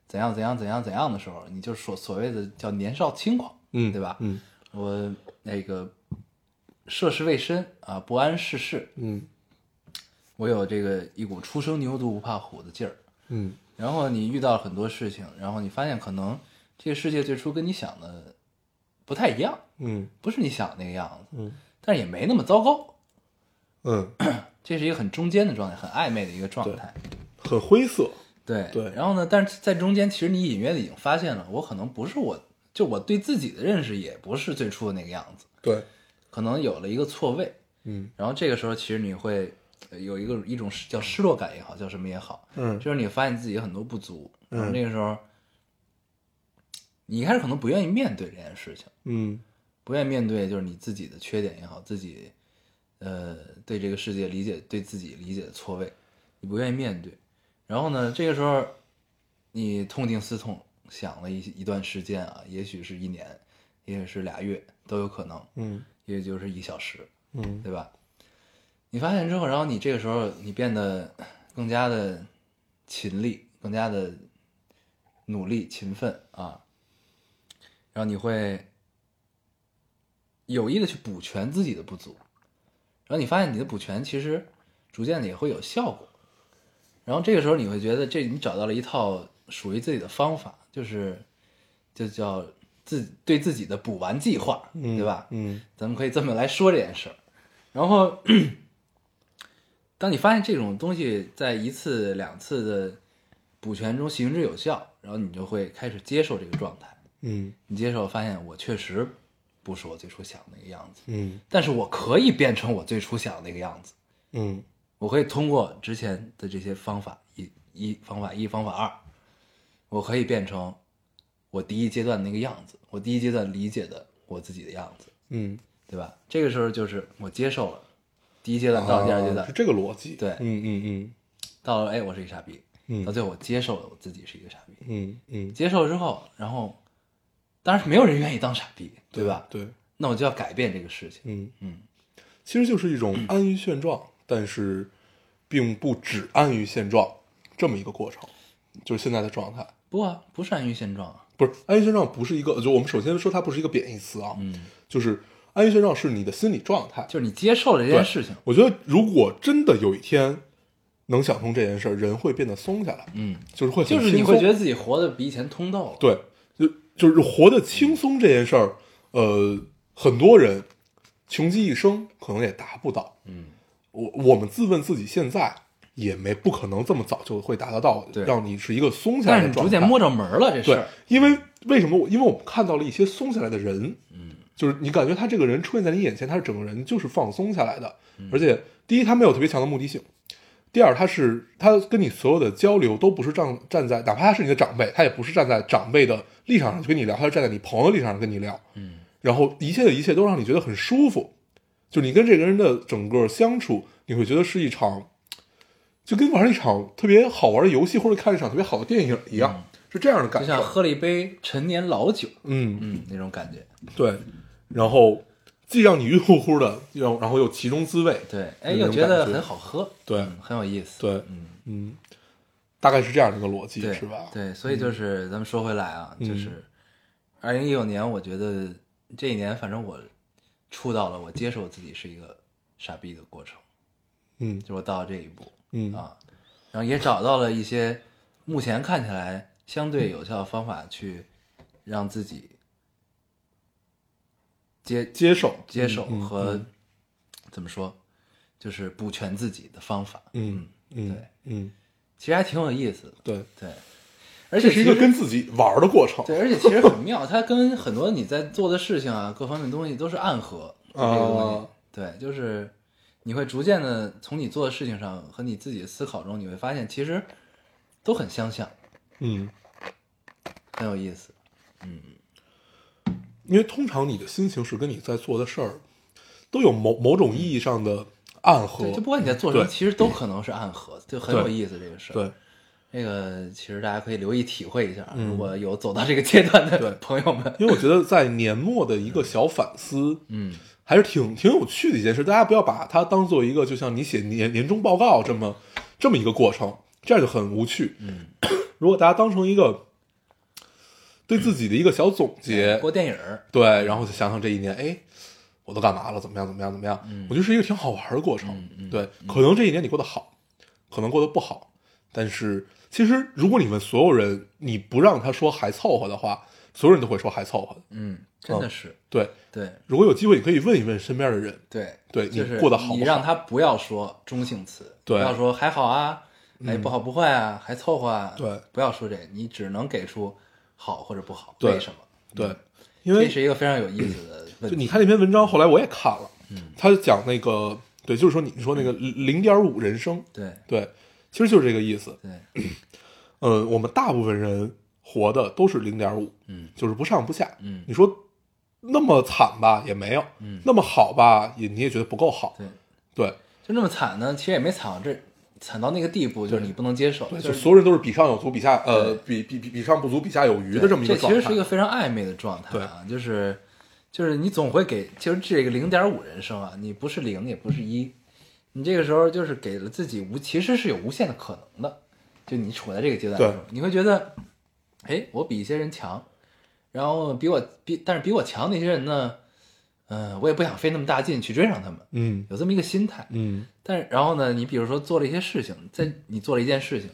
[SPEAKER 1] 怎样怎样怎样怎样的时候，你就所所谓的叫年少轻狂，
[SPEAKER 3] 嗯，
[SPEAKER 1] 对吧？
[SPEAKER 3] 嗯
[SPEAKER 1] 我那个涉世未深啊，不谙世事，
[SPEAKER 3] 嗯
[SPEAKER 1] 我有这个一股初生牛犊不怕虎的劲儿。
[SPEAKER 3] 嗯
[SPEAKER 1] 然后你遇到了很多事情，然后你发现可能这个世界最初跟你想的不太一样，
[SPEAKER 3] 嗯
[SPEAKER 1] 不是你想的那个样子，
[SPEAKER 3] 嗯，
[SPEAKER 1] 但是也没那么糟糕，
[SPEAKER 3] 嗯，
[SPEAKER 1] 这是一个很中间的状态，很暧昧的一个状态。
[SPEAKER 3] 很灰色。
[SPEAKER 1] 对
[SPEAKER 3] 对
[SPEAKER 1] 然后呢，但是在中间，其实你隐约的已经发现了，我可能不是我，就我对自己的认识也不是最初的那个样子，
[SPEAKER 3] 对，
[SPEAKER 1] 可能有了一个错位。
[SPEAKER 3] 嗯
[SPEAKER 1] 然后这个时候，其实你会呃有一个一种失叫失落感也好，叫什么也好，
[SPEAKER 3] 嗯
[SPEAKER 1] 就是你发现自己有很多不足，
[SPEAKER 3] 嗯
[SPEAKER 1] 然后那个时候，你一开始可能不愿意面对这件事情，
[SPEAKER 3] 嗯
[SPEAKER 1] 不愿意面对就是你自己的缺点也好，自己呃对这个世界理解对自己理解的错位，你不愿意面对。然后呢，这个时候你痛定思痛，想了一一段时间啊，也许是一年，也许是俩月都有可能，
[SPEAKER 3] 嗯
[SPEAKER 1] 也就是一小时，
[SPEAKER 3] 嗯
[SPEAKER 1] 对吧？你发现之后，然后你这个时候你变得更加的勤力，更加的努力、勤奋啊，然后你会有意的去补全自己的不足，然后你发现你的补全其实逐渐的也会有效果，然后这个时候你会觉得这你找到了一套属于自己的方法，就是就叫自对自己的补完计划，
[SPEAKER 3] 嗯，
[SPEAKER 1] 对吧？
[SPEAKER 3] 嗯
[SPEAKER 1] 咱们可以这么来说这件事儿。然后，当你发现这种东西在一次两次的补全中行之有效，然后你就会开始接受这个状态。
[SPEAKER 3] 嗯
[SPEAKER 1] 你接受发现，我确实不是我最初想的那个样子，
[SPEAKER 3] 嗯
[SPEAKER 1] 但是我可以变成我最初想的那个样子。
[SPEAKER 3] 嗯
[SPEAKER 1] 我可以通过之前的这些方法一一方法一方法二，我可以变成我第一阶段的那个样子，我第一阶段理解的我自己的样子。
[SPEAKER 3] 嗯，
[SPEAKER 1] 对吧？这个时候就是我接受了，第一阶段到第二阶段，
[SPEAKER 3] 哦啊是这个逻辑，
[SPEAKER 1] 对
[SPEAKER 3] 嗯嗯
[SPEAKER 1] 到了哎，我是一傻逼，
[SPEAKER 3] 嗯
[SPEAKER 1] 到最后我接受了我自己是一个傻逼，
[SPEAKER 3] 嗯嗯嗯，
[SPEAKER 1] 接受之后，然后当然是没有人愿意当傻逼，对吧？
[SPEAKER 3] 对，
[SPEAKER 1] 那我就要改变这个事情，
[SPEAKER 3] 嗯
[SPEAKER 1] 嗯，
[SPEAKER 3] 其实就是一种安于现状，但是并不只安于现状这么一个过程，就是现在的状态。
[SPEAKER 1] 不啊，不是安于现状啊，
[SPEAKER 3] 不是安于现状，不是一个，就我们首先说它不是一个贬义词啊，
[SPEAKER 1] 嗯，
[SPEAKER 3] 就是安于现状是你的心理状态。
[SPEAKER 1] 就是你接受了这件事情，
[SPEAKER 3] 我觉得如果真的有一天能想通这件事儿，人会变得松下来，
[SPEAKER 1] 嗯，
[SPEAKER 3] 就是会很
[SPEAKER 1] 就是你
[SPEAKER 3] 轻
[SPEAKER 1] 会
[SPEAKER 3] 松
[SPEAKER 1] 觉得自己活得比以前通透了，
[SPEAKER 3] 对，就就是活得轻松这件事儿，呃，很多人穷极一生可能也达不到。
[SPEAKER 1] 嗯，
[SPEAKER 3] 我我们自问自己，现在也没不可能这么早就会达得到，
[SPEAKER 1] 对
[SPEAKER 3] 让你是一个松下
[SPEAKER 1] 但
[SPEAKER 3] 来
[SPEAKER 1] 是
[SPEAKER 3] 的
[SPEAKER 1] 你
[SPEAKER 3] 状
[SPEAKER 1] 逐
[SPEAKER 3] 态。
[SPEAKER 1] 渐摸着门儿了这事
[SPEAKER 3] 对
[SPEAKER 1] 儿，，
[SPEAKER 3] 因为为什么我？因为我们看到了一些松下来的人，嗯，就是你感觉他这个人出现在你眼前，他是整个人就是放松下来的，
[SPEAKER 1] 嗯
[SPEAKER 3] 而且第一，他没有特别强的目的性。第二，他是他跟你所有的交流都不是站站在，哪怕他是你的长辈，他也不是站在长辈的立场上去跟你聊，他是站在你朋友立场上跟你聊。
[SPEAKER 1] 嗯，
[SPEAKER 3] 然后一切的一切都让你觉得很舒服，就你跟这个人的整个相处，你会觉得是一场，就跟玩一场特别好玩的游戏或者看一场特别好的电影一样，是这样的感
[SPEAKER 1] 嗯就
[SPEAKER 3] 受。
[SPEAKER 1] 像喝了一杯陈年老酒，
[SPEAKER 3] 嗯，
[SPEAKER 1] 嗯，那种感觉，
[SPEAKER 3] 对，然后既让你晕乎乎的，又然后又其中滋味，
[SPEAKER 1] 对，哎，
[SPEAKER 3] 那
[SPEAKER 1] 又
[SPEAKER 3] 种
[SPEAKER 1] 觉得
[SPEAKER 3] 感觉
[SPEAKER 1] 很好喝，
[SPEAKER 3] 对
[SPEAKER 1] 嗯很有意思，
[SPEAKER 3] 对
[SPEAKER 1] 嗯。
[SPEAKER 3] 嗯，大概是这样的一个逻辑，
[SPEAKER 1] 对，
[SPEAKER 3] 是吧？，
[SPEAKER 1] 对，所以就是、咱们说回来啊，就
[SPEAKER 3] 嗯
[SPEAKER 1] 是二零一六年，我觉得这一年，反正我触到了我接受自己是一个傻逼的过程，
[SPEAKER 3] 嗯
[SPEAKER 1] 就我到了这一步
[SPEAKER 3] 嗯
[SPEAKER 1] 啊，然后也找到了一些目前看起来相对有效的方法去让自己接
[SPEAKER 3] 接受，
[SPEAKER 1] 接受
[SPEAKER 3] 嗯嗯
[SPEAKER 1] 和、怎么说，就是补全自己的方法，
[SPEAKER 3] 嗯嗯
[SPEAKER 1] 对，
[SPEAKER 3] 嗯，
[SPEAKER 1] 其实还挺有意思的，
[SPEAKER 3] 对，
[SPEAKER 1] 对，而且
[SPEAKER 3] 这是一个
[SPEAKER 1] 其实
[SPEAKER 3] 跟自己玩儿的过程，
[SPEAKER 1] 对，而且其实很妙，它跟很多你在做的事情啊，各方面东西都是暗合。这个东西
[SPEAKER 3] 啊，
[SPEAKER 1] 对，就是你会逐渐的从你做的事情上和你自己的思考中，你会发现其实都很相像，
[SPEAKER 3] 嗯，
[SPEAKER 1] 很有意思。
[SPEAKER 3] 因为通常你的心情是跟你在做的事儿都有某某种意义上的暗合
[SPEAKER 1] 对，，就不管你在做什么，
[SPEAKER 3] 哦对
[SPEAKER 1] 其实都可能是暗合，就很有
[SPEAKER 3] 对
[SPEAKER 1] 意思这个事儿。
[SPEAKER 3] 对，
[SPEAKER 1] 这个其实大家可以留意体会一下，如果有走到这个阶段
[SPEAKER 3] 嗯对
[SPEAKER 1] 的朋友们，
[SPEAKER 3] 因为我觉得在年末的一个小反思，
[SPEAKER 1] 嗯，
[SPEAKER 3] 还是挺挺有趣的一件事。大家不要把它当做一个就像你写年年终报告这么这么一个过程，这样就很无趣。嗯， [CLEARS THROAT] 如果大家当成一个对自己的一个小总结，
[SPEAKER 1] 播电影儿，
[SPEAKER 3] 对，然后就想想这一年，哎，我都干嘛了？怎么样？怎么样？怎么样？我觉得是一个挺好玩的过程。对，可能这一年你过得好，可能过得不好，但是其实如果你问所有人，你不让他说还凑合的话，所有人都会说还凑合。
[SPEAKER 1] 嗯，真
[SPEAKER 3] 哦
[SPEAKER 1] 的是，
[SPEAKER 3] 对，
[SPEAKER 1] 对
[SPEAKER 3] 如果有机会，你可以问一问身边的人。
[SPEAKER 1] 对
[SPEAKER 3] 对你
[SPEAKER 1] 就是
[SPEAKER 3] 过得好不
[SPEAKER 1] 你
[SPEAKER 3] 好
[SPEAKER 1] 让他不要说中性词，
[SPEAKER 3] 对嗯
[SPEAKER 1] 不要说还好啊，哎不好不坏啊，还凑合啊，
[SPEAKER 3] 对，
[SPEAKER 1] 不要说这，你只能给出好或者不好，
[SPEAKER 3] 对
[SPEAKER 1] 为什么？
[SPEAKER 3] 对，
[SPEAKER 1] 嗯
[SPEAKER 3] 因
[SPEAKER 1] 这
[SPEAKER 3] 为 [CLEARS THROAT]
[SPEAKER 1] 是一个非常有意思的问
[SPEAKER 3] 就
[SPEAKER 1] 题。嗯
[SPEAKER 3] 你看那篇文章，后来我也看了，他讲那个，对，就是说你说那个零点五人生，
[SPEAKER 1] 对
[SPEAKER 3] 对，其实就是这个意思。
[SPEAKER 1] 对，
[SPEAKER 3] 呃，我们大部分人活的都是零点五，
[SPEAKER 1] 嗯
[SPEAKER 3] 就是不上不下。
[SPEAKER 1] 嗯
[SPEAKER 3] 你说那么惨吧，也没有；
[SPEAKER 1] 嗯
[SPEAKER 3] 那么好吧，也你也觉得不够好。
[SPEAKER 1] 对，
[SPEAKER 3] 对
[SPEAKER 1] 就那么惨呢，其实也没惨到这惨到那个地步，就是你不能接受，
[SPEAKER 3] 对，
[SPEAKER 1] 就
[SPEAKER 3] 就是所有人都是比上有足，比下呃，比比比比上不足，比下有余的
[SPEAKER 1] 对
[SPEAKER 3] 这么一个状
[SPEAKER 1] 其
[SPEAKER 3] 态。
[SPEAKER 1] 实是一个非常暧昧的状态啊，就是就是你总会给，其实这个零点五人生啊，你不是零也不是一，你这个时候就是给了自己无，其实是有无限的可能的，就你处在这个阶段的时候，你会觉得，哎，我比一些人强，然后比我比，但是比我强的一些人呢，嗯、我也不想费那么大劲去追上他们，
[SPEAKER 3] 嗯
[SPEAKER 1] 有这么一个心态，
[SPEAKER 3] 嗯
[SPEAKER 1] 但是然后呢，你比如说做了一些事情，在你做了一件事情，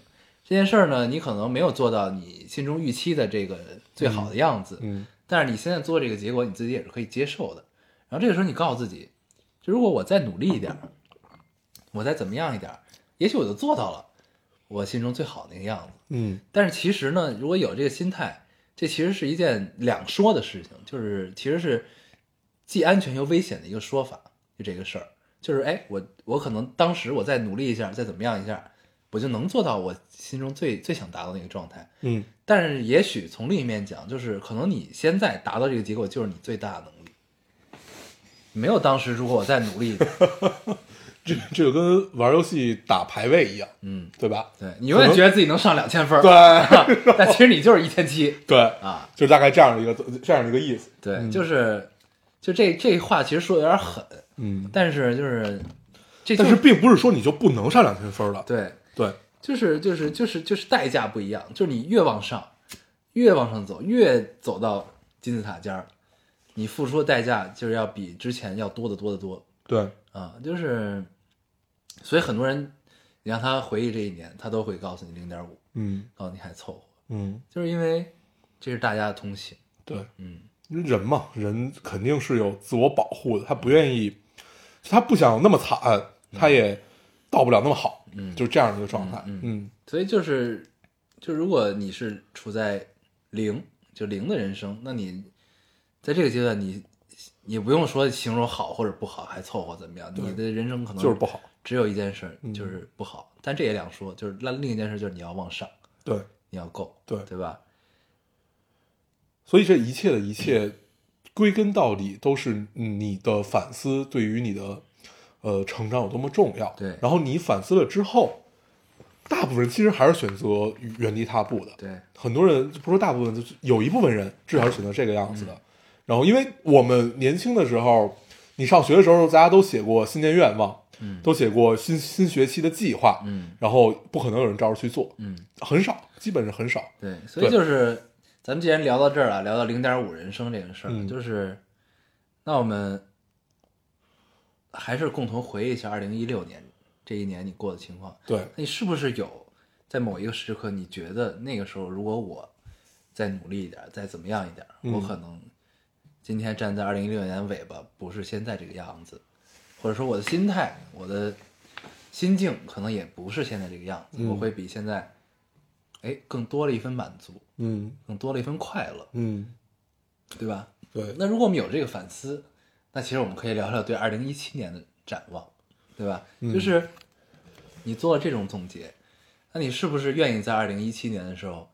[SPEAKER 1] 这件事儿呢，你可能没有做到你心中预期的这个最好的样子，
[SPEAKER 3] 嗯
[SPEAKER 1] 但是你现在做这个结果，你自己也是可以接受的。然后这个时候你告诉自己，就如果我再努力一点儿，我再怎么样一点儿，也许我就做到了我心中最好的那个样子。
[SPEAKER 3] 嗯，
[SPEAKER 1] 但是其实呢，如果有这个心态，这其实是一件两说的事情，就是其实是既安全又危险的一个说法。就这个事儿，就是哎，我我可能当时我再努力一下，再怎么样一下，我就能做到我心中最最想达到那个状态。
[SPEAKER 3] 嗯
[SPEAKER 1] 但是也许从另一面讲，就是可能你现在达到这个结果就是你最大的能力，没有当时如果我再努力，
[SPEAKER 3] 这这就跟玩游戏打排位一样，
[SPEAKER 1] 嗯，
[SPEAKER 3] 对吧？
[SPEAKER 1] 对你永远觉得自己能上两千分儿，
[SPEAKER 3] 对
[SPEAKER 1] [LAUGHS] 但其实你就是一千七
[SPEAKER 3] 对，
[SPEAKER 1] 啊。
[SPEAKER 3] 就是大概这样的一个这样的一个意思。
[SPEAKER 1] 对，就是就这这话其实说的有点狠，
[SPEAKER 3] 嗯，
[SPEAKER 1] 但是就是这就
[SPEAKER 3] 但是并不是说你就不能上两千分了。
[SPEAKER 1] 对，
[SPEAKER 3] 对，
[SPEAKER 1] 就是就是就是就是代价不一样，就是你越往上，越往上走，越走到金字塔尖儿，你付出的代价就是要比之前要多得多得多
[SPEAKER 3] 对，
[SPEAKER 1] 啊！就是，所以很多人，你让他回忆这一年，他都会告诉你零点五，
[SPEAKER 3] 嗯
[SPEAKER 1] 告诉你还凑合，
[SPEAKER 3] 嗯，
[SPEAKER 1] 就是因为这是大家的通行，
[SPEAKER 3] 对，
[SPEAKER 1] 嗯，
[SPEAKER 3] 因为人嘛，人肯定是有自我保护的，他不愿意，他不想那么惨，他也到不了那么好，
[SPEAKER 1] 嗯
[SPEAKER 3] 就是这样的一个状态。
[SPEAKER 1] 嗯
[SPEAKER 3] 嗯
[SPEAKER 1] 所以就是，就如果你是处在零，就零的人生，那你在这个阶段你，你也不用说形容好或者不好，还凑合怎么样，
[SPEAKER 3] 对
[SPEAKER 1] 你的人生可能
[SPEAKER 3] 就是不好，
[SPEAKER 1] 只有一件事儿
[SPEAKER 3] 嗯
[SPEAKER 1] 就是不好，但这也两说，就是那另一件事就是你要往上，
[SPEAKER 3] 对，
[SPEAKER 1] 你要够，
[SPEAKER 3] 对
[SPEAKER 1] 对吧？
[SPEAKER 3] 所以这一切的一切，归根到底都是你的反思对于你的呃成长有多么重要。
[SPEAKER 1] 对
[SPEAKER 3] 然后你反思了之后，大部分人其实还是选择原地踏步的。
[SPEAKER 1] 对，
[SPEAKER 3] 很多人不说大部分，就是有一部分人至少是选择这个样子
[SPEAKER 1] 嗯
[SPEAKER 3] 的。然后，因为我们年轻的时候，你上学的时候，大家都写过新年愿望，
[SPEAKER 1] 嗯
[SPEAKER 3] 都写过新新学期的计划，
[SPEAKER 1] 嗯
[SPEAKER 3] 然后不可能有人照着去做，
[SPEAKER 1] 嗯，
[SPEAKER 3] 很少，基本是很少。
[SPEAKER 1] 对，所以
[SPEAKER 3] 对
[SPEAKER 1] 就是咱们既然聊到这儿了，聊到零点五人生这个事儿，
[SPEAKER 3] 嗯
[SPEAKER 1] 就是那我们还是共同回忆一下二零一六年这一年你过的情况，
[SPEAKER 3] 对，
[SPEAKER 1] 你是不是有在某一个时刻，你觉得那个时候如果我再努力一点，再怎么样一点，
[SPEAKER 3] 嗯
[SPEAKER 1] 我可能今天站在二零一六年的尾巴不是现在这个样子，或者说我的心态、我的心境可能也不是现在这个样子，
[SPEAKER 3] 嗯
[SPEAKER 1] 我会比现在哎更多了一份满足，
[SPEAKER 3] 嗯
[SPEAKER 1] 更多了一份快乐，
[SPEAKER 3] 嗯，
[SPEAKER 1] 对吧？
[SPEAKER 3] 对，
[SPEAKER 1] 那如果我们有这个反思，那其实我们可以聊聊对二零一七年的展望，对吧？就是你做了这种总结，那你是不是愿意在二零一七年的时候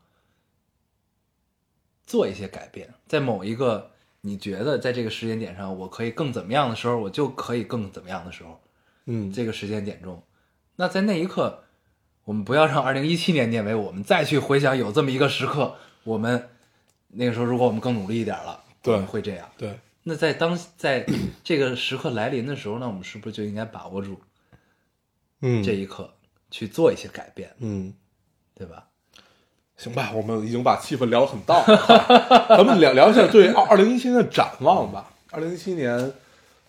[SPEAKER 1] 做一些改变？在某一个你觉得在这个时间点上，我可以更怎么样的时候，我就可以更怎么样的时候，
[SPEAKER 3] 嗯
[SPEAKER 1] 这个时间点中，那在那一刻，我们不要让二零一七年念为我们再去回想有这么一个时刻，我们那个时候如果我们更努力一点了，
[SPEAKER 3] 对
[SPEAKER 1] 我们会这样。
[SPEAKER 3] 对，
[SPEAKER 1] 那在当在这个时刻来临的时候，那我们是不是就应该把握住
[SPEAKER 3] 嗯
[SPEAKER 1] 这一刻去做一些改变，
[SPEAKER 3] 嗯，
[SPEAKER 1] 对吧？
[SPEAKER 3] 行吧，我们已经把气氛聊得很到了，啊咱们聊聊一下对二零一七年的展望吧。二零一七年，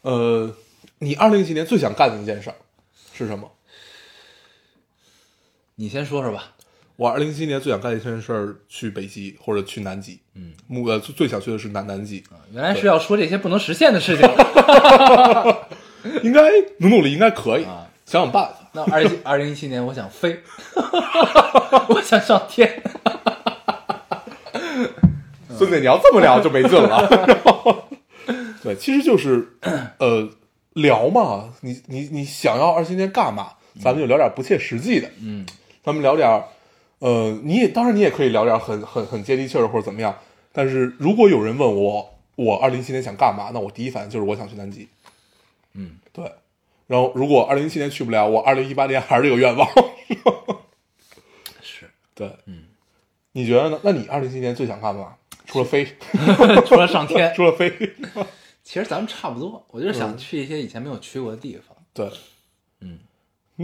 [SPEAKER 3] 呃，你二零一七年最想干的一件事儿是什么？
[SPEAKER 1] 你先说说吧。
[SPEAKER 3] 我二零一七年最想干的一件事儿，去北极或者去南极。
[SPEAKER 1] 嗯，
[SPEAKER 3] 目呃最最想去的是南南极，
[SPEAKER 1] 原来是要说这些不能实现的事情。
[SPEAKER 3] 应该努努力应该可以，
[SPEAKER 1] 啊
[SPEAKER 3] 想想办法。
[SPEAKER 1] 那二零二零一七年，我想飞， [LAUGHS] 我想上天。
[SPEAKER 3] 嗯 [LAUGHS] 孙子，你要这么聊就没劲了。对，其实就是，呃，聊嘛，你你你想要二十年干嘛？咱们就聊点不切实际的，
[SPEAKER 1] 嗯
[SPEAKER 3] 咱们聊点儿，呃，你也当然你也可以聊点儿很很很接地气儿的或者怎么样，但是如果有人问我我二零一七年想干嘛，那我第一反应就是我想去南极，
[SPEAKER 1] 嗯，
[SPEAKER 3] 对，然后如果二零一七年去不了，我二零一八年还是这个愿望，
[SPEAKER 1] 是，
[SPEAKER 3] [LAUGHS] 对，嗯，你觉得呢？那你二零一七年最想干嘛？除了飞，，
[SPEAKER 1] [LAUGHS] 除了上天
[SPEAKER 3] [LAUGHS] 除了飞，
[SPEAKER 1] 其实咱们差不多，我就是
[SPEAKER 3] 嗯
[SPEAKER 1] 想去一些以前没有去过的地方。
[SPEAKER 3] 对，
[SPEAKER 1] 嗯，
[SPEAKER 3] [LAUGHS]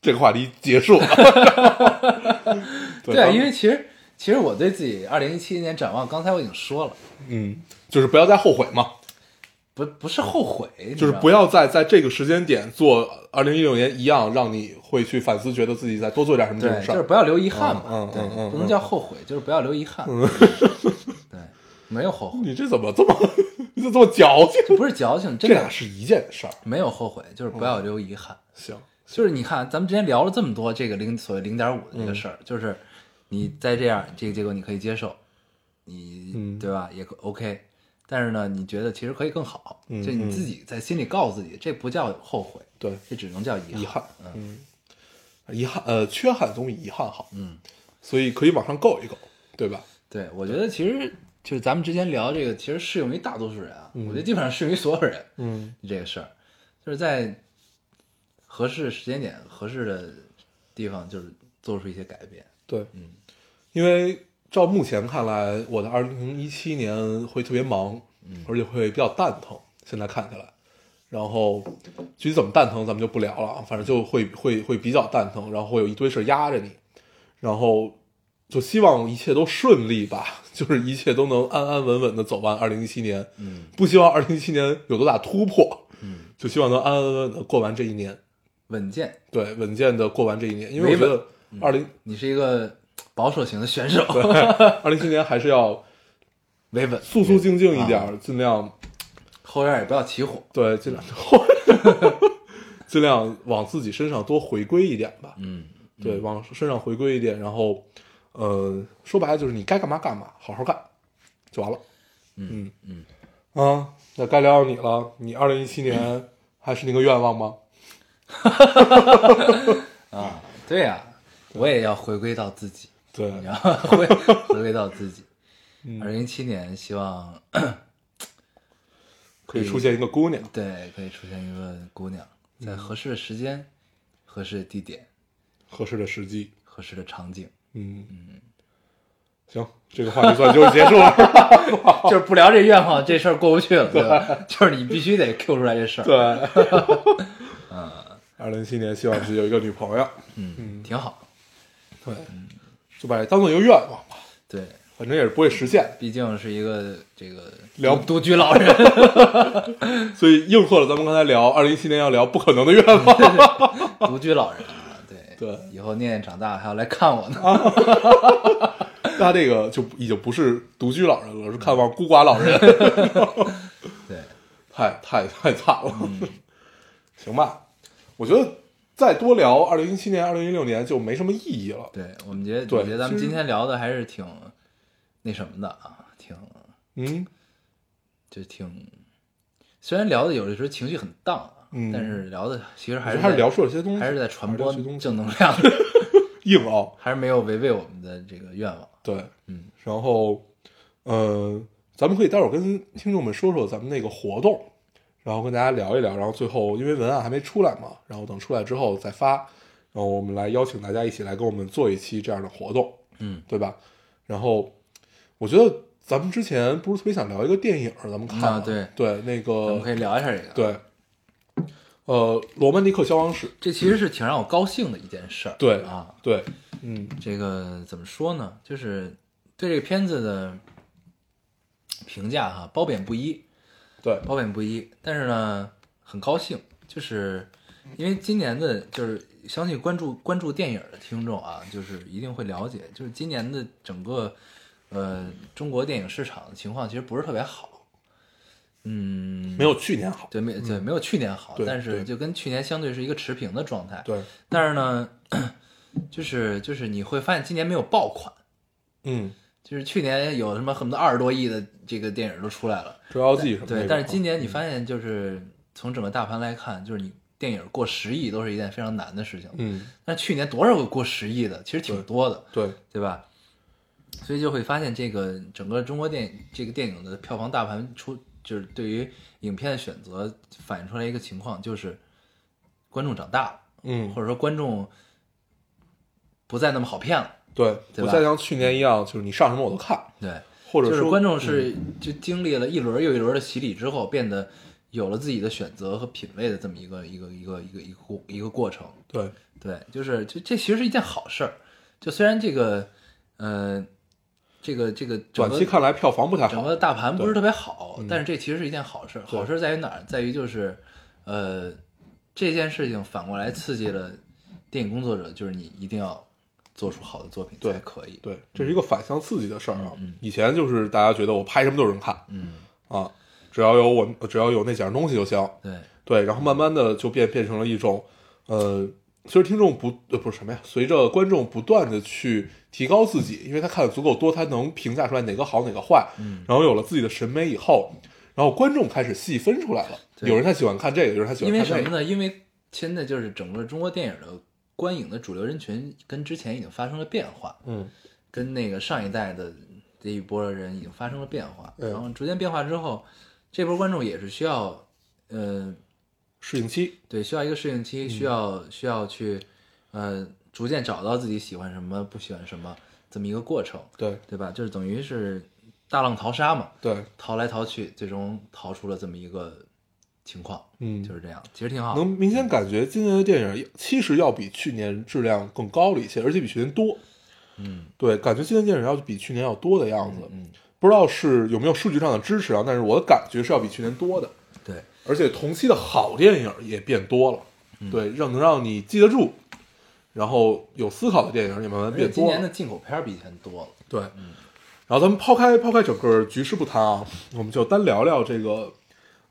[SPEAKER 3] 这个话题结束了，
[SPEAKER 1] [LAUGHS]
[SPEAKER 3] 对咱
[SPEAKER 1] 对，啊
[SPEAKER 3] 们
[SPEAKER 1] 因为其实其实我对自己二零一七年展望，刚才我已经说了，
[SPEAKER 3] 嗯，就是不要再后悔嘛，
[SPEAKER 1] 不不是后悔，你
[SPEAKER 3] 就是
[SPEAKER 1] 知道
[SPEAKER 3] 不
[SPEAKER 1] 吗
[SPEAKER 3] 要再在这个时间点做二零一六年一样让你会去反思，觉得自己再多做点什么这种
[SPEAKER 1] 对，
[SPEAKER 3] 事
[SPEAKER 1] 就是
[SPEAKER 3] 儿。
[SPEAKER 1] 不要留遗憾嘛，
[SPEAKER 3] 嗯嗯嗯嗯
[SPEAKER 1] 对，
[SPEAKER 3] 嗯
[SPEAKER 1] 不能叫后悔，就是不要留遗憾。 [LAUGHS] 对，没有后悔，
[SPEAKER 3] 你这怎么这 [LAUGHS] 么你怎么这么矫情？
[SPEAKER 1] 这不是矫情，[LAUGHS]
[SPEAKER 3] 这
[SPEAKER 1] 真
[SPEAKER 3] 俩嗯
[SPEAKER 1] 的
[SPEAKER 3] 是一件事儿。
[SPEAKER 1] 没有后悔，就是不要留遗憾。
[SPEAKER 3] 行，
[SPEAKER 1] 就是你看，咱们之前聊了这么多这个零所谓零点五的这
[SPEAKER 3] 嗯
[SPEAKER 1] 个事儿，就是你再这样，这个结果你可以接受，你、
[SPEAKER 3] 嗯
[SPEAKER 1] 对吧？也可 OK，但是呢，你觉得其实可以更好，
[SPEAKER 3] 嗯
[SPEAKER 1] 就你自己在心里告诉自己，这不叫后悔，
[SPEAKER 3] 对，
[SPEAKER 1] 这只能叫遗憾。
[SPEAKER 3] 遗憾，
[SPEAKER 1] 嗯，
[SPEAKER 3] 遗憾，呃，缺憾总比遗憾好。
[SPEAKER 1] 嗯，
[SPEAKER 3] 所以可以往上够一够，对吧？
[SPEAKER 1] 对，我觉得其实就是咱们之前聊这个，其实适用于大多数人啊，我觉得基本上适用于所有人。
[SPEAKER 3] 嗯
[SPEAKER 1] 这个事儿，就是在合适的时间点、合适的地方，就是做出一些改变。
[SPEAKER 3] 对，嗯，因为照目前看来，我的二零一七年会特别忙，而且会比较蛋疼。现在看起来，然后具体怎么蛋疼咱们就不聊了啊，反正就会会会比较蛋疼，然后会有一堆事儿压着你，然后就希望一切都顺利吧， [LAUGHS] 就是一切都能安安稳稳的走完二零一七年。
[SPEAKER 1] 嗯，
[SPEAKER 3] 不希望二零一七年有多大突破，嗯，就希望能安安稳稳的过完这一年，
[SPEAKER 1] 稳健，
[SPEAKER 3] 对，稳健的过完这一年，因为我
[SPEAKER 1] 维
[SPEAKER 3] 觉
[SPEAKER 1] 稳
[SPEAKER 3] 得二零
[SPEAKER 1] 你是一个保守型的选手，
[SPEAKER 3] [LAUGHS] 二零一七年还是要。
[SPEAKER 1] 维稳，
[SPEAKER 3] 肃肃静静一点，
[SPEAKER 1] 啊
[SPEAKER 3] 儿，尽量
[SPEAKER 1] 后院也不要起火。
[SPEAKER 3] 对，尽量尽量往自己身上多回归一点吧。
[SPEAKER 1] 嗯，
[SPEAKER 3] 对，往身上回归一点，然后，呃，说白了就是你该干嘛干嘛，好好干就完了。嗯
[SPEAKER 1] 嗯
[SPEAKER 3] 啊，那该聊聊你了，你二零一七年还是那个愿望吗？
[SPEAKER 1] 啊，对呀、我也要回归到自己，
[SPEAKER 3] 对，
[SPEAKER 1] 然后回回归到自己。二零一七年，希望
[SPEAKER 3] 可以出现一个姑娘，
[SPEAKER 1] 对可以出现一个姑娘，在合适的时间、合适的地点、
[SPEAKER 3] 合适的时机。
[SPEAKER 1] 合适的场景，
[SPEAKER 3] 嗯嗯，行，这个话题算就结束了。
[SPEAKER 1] 就是不聊这愿望，这事儿过不去了，对吧？ [LAUGHS] 就是你必须得 Q 出来这事 [LAUGHS] 儿，
[SPEAKER 3] [LAUGHS] 对，嗯二零一七年希望自己有一个女朋友。
[SPEAKER 1] 嗯，挺好。
[SPEAKER 3] 对，就把它当做一个愿望吧，
[SPEAKER 1] 对，
[SPEAKER 3] 反正也是不会实现，
[SPEAKER 1] 毕竟是一个这个
[SPEAKER 3] 聊
[SPEAKER 1] 独独居老人，
[SPEAKER 3] [LAUGHS] 所以应和了咱们刚才聊二零一七年要聊不可能的愿望。 [LAUGHS]
[SPEAKER 1] 独居老人啊，对
[SPEAKER 3] 对啊
[SPEAKER 1] 以后念念长大还要来看我呢。
[SPEAKER 3] 那这个就已经不是独居老人了，是看望孤寡老人，
[SPEAKER 1] 对，
[SPEAKER 3] 太太太惨了。
[SPEAKER 1] 嗯
[SPEAKER 3] [LAUGHS] 行吧，我觉得再多聊二零一七年、二零一六年就没什么意义了。
[SPEAKER 1] 对，我们觉得，
[SPEAKER 3] 对
[SPEAKER 1] 我觉得咱们
[SPEAKER 3] 其实
[SPEAKER 1] 今天聊的还是挺那什么的啊，挺
[SPEAKER 3] 嗯，
[SPEAKER 1] 就挺，虽然聊的有的时候情绪很荡啊，
[SPEAKER 3] 嗯
[SPEAKER 1] 但是聊的其实还是
[SPEAKER 3] 还是
[SPEAKER 1] 在
[SPEAKER 3] 聊出了些东西，
[SPEAKER 1] 还是在传播
[SPEAKER 3] 还是聊出一些东西
[SPEAKER 1] 正能量，
[SPEAKER 3] 硬凹。
[SPEAKER 1] 还是没有违背我们的这个愿望。
[SPEAKER 3] 对，
[SPEAKER 1] 嗯，
[SPEAKER 3] 然后，呃，咱们可以待会儿跟听众们说说咱们那个活动，然后跟大家聊一聊，然后最后因为文案还没出来嘛，然后等出来之后再发，然后我们来邀请大家一起来跟我们做一期这样的活动，
[SPEAKER 1] 嗯，
[SPEAKER 3] 对吧？然后，我觉得咱们之前不是特别想聊一个电影，咱们看了、
[SPEAKER 1] 啊对
[SPEAKER 3] 对那
[SPEAKER 1] 我们
[SPEAKER 3] 个
[SPEAKER 1] 可以聊一下这个。，
[SPEAKER 3] 对，呃，《罗曼蒂克消亡史》
[SPEAKER 1] 这其实是挺让我高兴的一件事儿。
[SPEAKER 3] 对
[SPEAKER 1] 啊，
[SPEAKER 3] 对，嗯
[SPEAKER 1] 这个怎么说呢？就是对这个片子的评价哈，褒贬不一，
[SPEAKER 3] 对，
[SPEAKER 1] 褒贬不一。但是呢，很高兴，就是因为今年的，就是相信关注关注电影的听众啊，就是一定会了解，就是今年的整个呃中国电影市场的情况其实不是特别好，嗯，
[SPEAKER 3] 没有去年好，
[SPEAKER 1] 对没对没有去年好，
[SPEAKER 3] 对
[SPEAKER 1] 但
[SPEAKER 3] 对
[SPEAKER 1] 是就跟去年相对是一个持平的状态。
[SPEAKER 3] 对，
[SPEAKER 1] 但是呢，就是就是你会发现今年没有爆款，
[SPEAKER 3] 嗯
[SPEAKER 1] 就是去年有什么恨不得二十多亿的这个电影都出来了，
[SPEAKER 3] 《捉妖记》什么那嗯
[SPEAKER 1] 对，
[SPEAKER 3] 种
[SPEAKER 1] 但是今年你发现就是从整个大盘来看，就是你电影过十亿都是一件非常难的事情。
[SPEAKER 3] 嗯，
[SPEAKER 1] 但去年多少个过十亿的，其实挺多的，
[SPEAKER 3] 对，
[SPEAKER 1] 对吧？所以就会发现这个整个中国电影这个电影的票房大盘出，就是对于影片的选择反映出来一个情况，就是观众长大了，
[SPEAKER 3] 嗯
[SPEAKER 1] 或，者说观众不再那么好骗了，
[SPEAKER 3] 对，
[SPEAKER 1] 对
[SPEAKER 3] 不
[SPEAKER 1] 吧
[SPEAKER 3] 再像去年一样，就是你上什么我都看，
[SPEAKER 1] 对。
[SPEAKER 3] 或者
[SPEAKER 1] 就是
[SPEAKER 3] 说嗯
[SPEAKER 1] 观众是就经历了一轮又一轮的洗礼之后，变得有了自己的选择和品味的这么一个一个一个一个一个过一个过程。
[SPEAKER 3] 对，
[SPEAKER 1] 对，就是这这其实是一件好事儿。就虽然这个呃这个这个整
[SPEAKER 3] 短
[SPEAKER 1] 个
[SPEAKER 3] 期看来票房不太
[SPEAKER 1] 整
[SPEAKER 3] 好，
[SPEAKER 1] 个大盘不是
[SPEAKER 3] 啊对嗯
[SPEAKER 1] 特别好，但是这其实是一件好事儿。好事儿在于哪儿？在于就是呃这件事情反过来刺激了电影工作者，就是你一定要做出好的作品
[SPEAKER 3] 对
[SPEAKER 1] 才可以。
[SPEAKER 3] 对，这是一个反向刺激的事儿啊。以前就是大家觉得我拍什么都有人看，
[SPEAKER 1] 嗯，
[SPEAKER 3] 啊，只要有我，只要有那几样东西就行。
[SPEAKER 1] 对，
[SPEAKER 3] 对，然后慢慢的就变变成了一种，呃，其实听众不呃不是什么呀，随着观众不断的去提高自己，因为他看的足够多，他能评价出来哪个好哪个坏，
[SPEAKER 1] 嗯
[SPEAKER 3] 然后有了自己的审美以后，然后观众开始细分出来了，
[SPEAKER 1] 对
[SPEAKER 3] 有人他喜欢看这个，有人他喜
[SPEAKER 1] 因
[SPEAKER 3] 欢
[SPEAKER 1] 为
[SPEAKER 3] 看
[SPEAKER 1] 什
[SPEAKER 3] 那
[SPEAKER 1] 么
[SPEAKER 3] 个，
[SPEAKER 1] 呢？因为现在就是整个中国电影的观影的主流人群跟之前已经发生了变化，
[SPEAKER 3] 嗯，
[SPEAKER 1] 跟那个上一代的这一波人已经发生了变化，
[SPEAKER 3] 嗯
[SPEAKER 1] 然后逐渐变化之后，这波观众也是需要，呃，
[SPEAKER 3] 适应期，
[SPEAKER 1] 对，需要一个适应期，
[SPEAKER 3] 嗯
[SPEAKER 1] 需要需要去，呃，逐渐找到自己喜欢什么、不喜欢什么这么一个过程，
[SPEAKER 3] 对
[SPEAKER 1] 对吧？就是等于是大浪淘沙嘛，
[SPEAKER 3] 对，
[SPEAKER 1] 淘来淘去，最终淘出了这么一个情况，
[SPEAKER 3] 嗯
[SPEAKER 1] 就是这啊样，其实挺好。
[SPEAKER 3] 能明显感觉今年的电影其实要比去年质量更高了一些，而且比去年多。
[SPEAKER 1] 嗯，
[SPEAKER 3] 对，感觉今年电影要比去年要多的样子，
[SPEAKER 1] 嗯嗯
[SPEAKER 3] 不知道是有没有数据上的支持啊，但是我的感觉是要比去年多的，
[SPEAKER 1] 对。
[SPEAKER 3] 而且同期的好电影也变多了，
[SPEAKER 1] 嗯
[SPEAKER 3] 对，让能让你记得住，然后有思考的电影也慢慢
[SPEAKER 1] 而且
[SPEAKER 3] 变
[SPEAKER 1] 今
[SPEAKER 3] 多
[SPEAKER 1] 年的
[SPEAKER 3] 了，
[SPEAKER 1] 进口片儿比以前多了。
[SPEAKER 3] 对。然后咱们抛开抛开整个局势不谈啊，我们就单聊聊这个，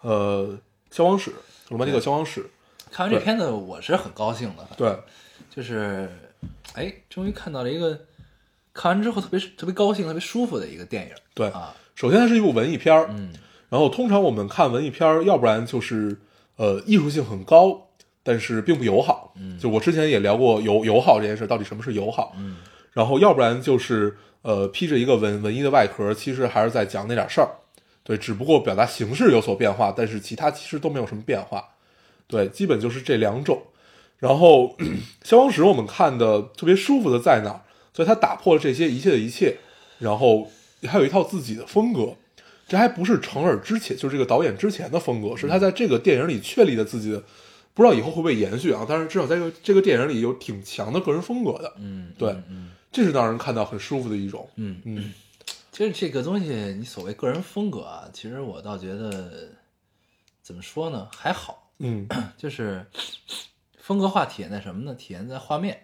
[SPEAKER 3] 呃，消亡史，罗曼蒂克消亡史，
[SPEAKER 1] 看完这
[SPEAKER 3] 对
[SPEAKER 1] 片子，我是很高兴的，
[SPEAKER 3] 对，
[SPEAKER 1] 就是，哎，终于看到了一个看完之后特别特别高兴、特别舒服的一个电影。
[SPEAKER 3] 对
[SPEAKER 1] 啊，
[SPEAKER 3] 首先它是一部文艺片儿，
[SPEAKER 1] 嗯，
[SPEAKER 3] 然后通常我们看文艺片儿，要不然就是呃艺术性很高，但是并不友好，嗯，就我之前也聊过友友好这件事，到底什么是友好，嗯，然后要不然就是呃披着一个文文艺的外壳，其实还是在讲那点事儿，对，只不过表达形式有所变化，但是其他其实都没有什么变化，对，基本就是这两种。然后 [CLEARS THROAT] 《消亡史》我们看的特别舒服的在哪儿？所以它打破了这些一切的一切，然后还有一套自己的风格。这还不是成尔之前，就是这个导演之前的风格，是他在这个电影里确立了自己的，不知道以后会不会延续啊？但是至少在这个这个电影里有挺强的个人风格的，
[SPEAKER 1] 嗯，
[SPEAKER 3] 对，这是让人看到很舒服的一种。
[SPEAKER 1] 嗯
[SPEAKER 3] 嗯，
[SPEAKER 1] 其实这个东西，你所谓个人风格啊，其实我倒觉得怎么说呢，还好，
[SPEAKER 3] 嗯，
[SPEAKER 1] 就是风格化体现在什么呢？体现在画面。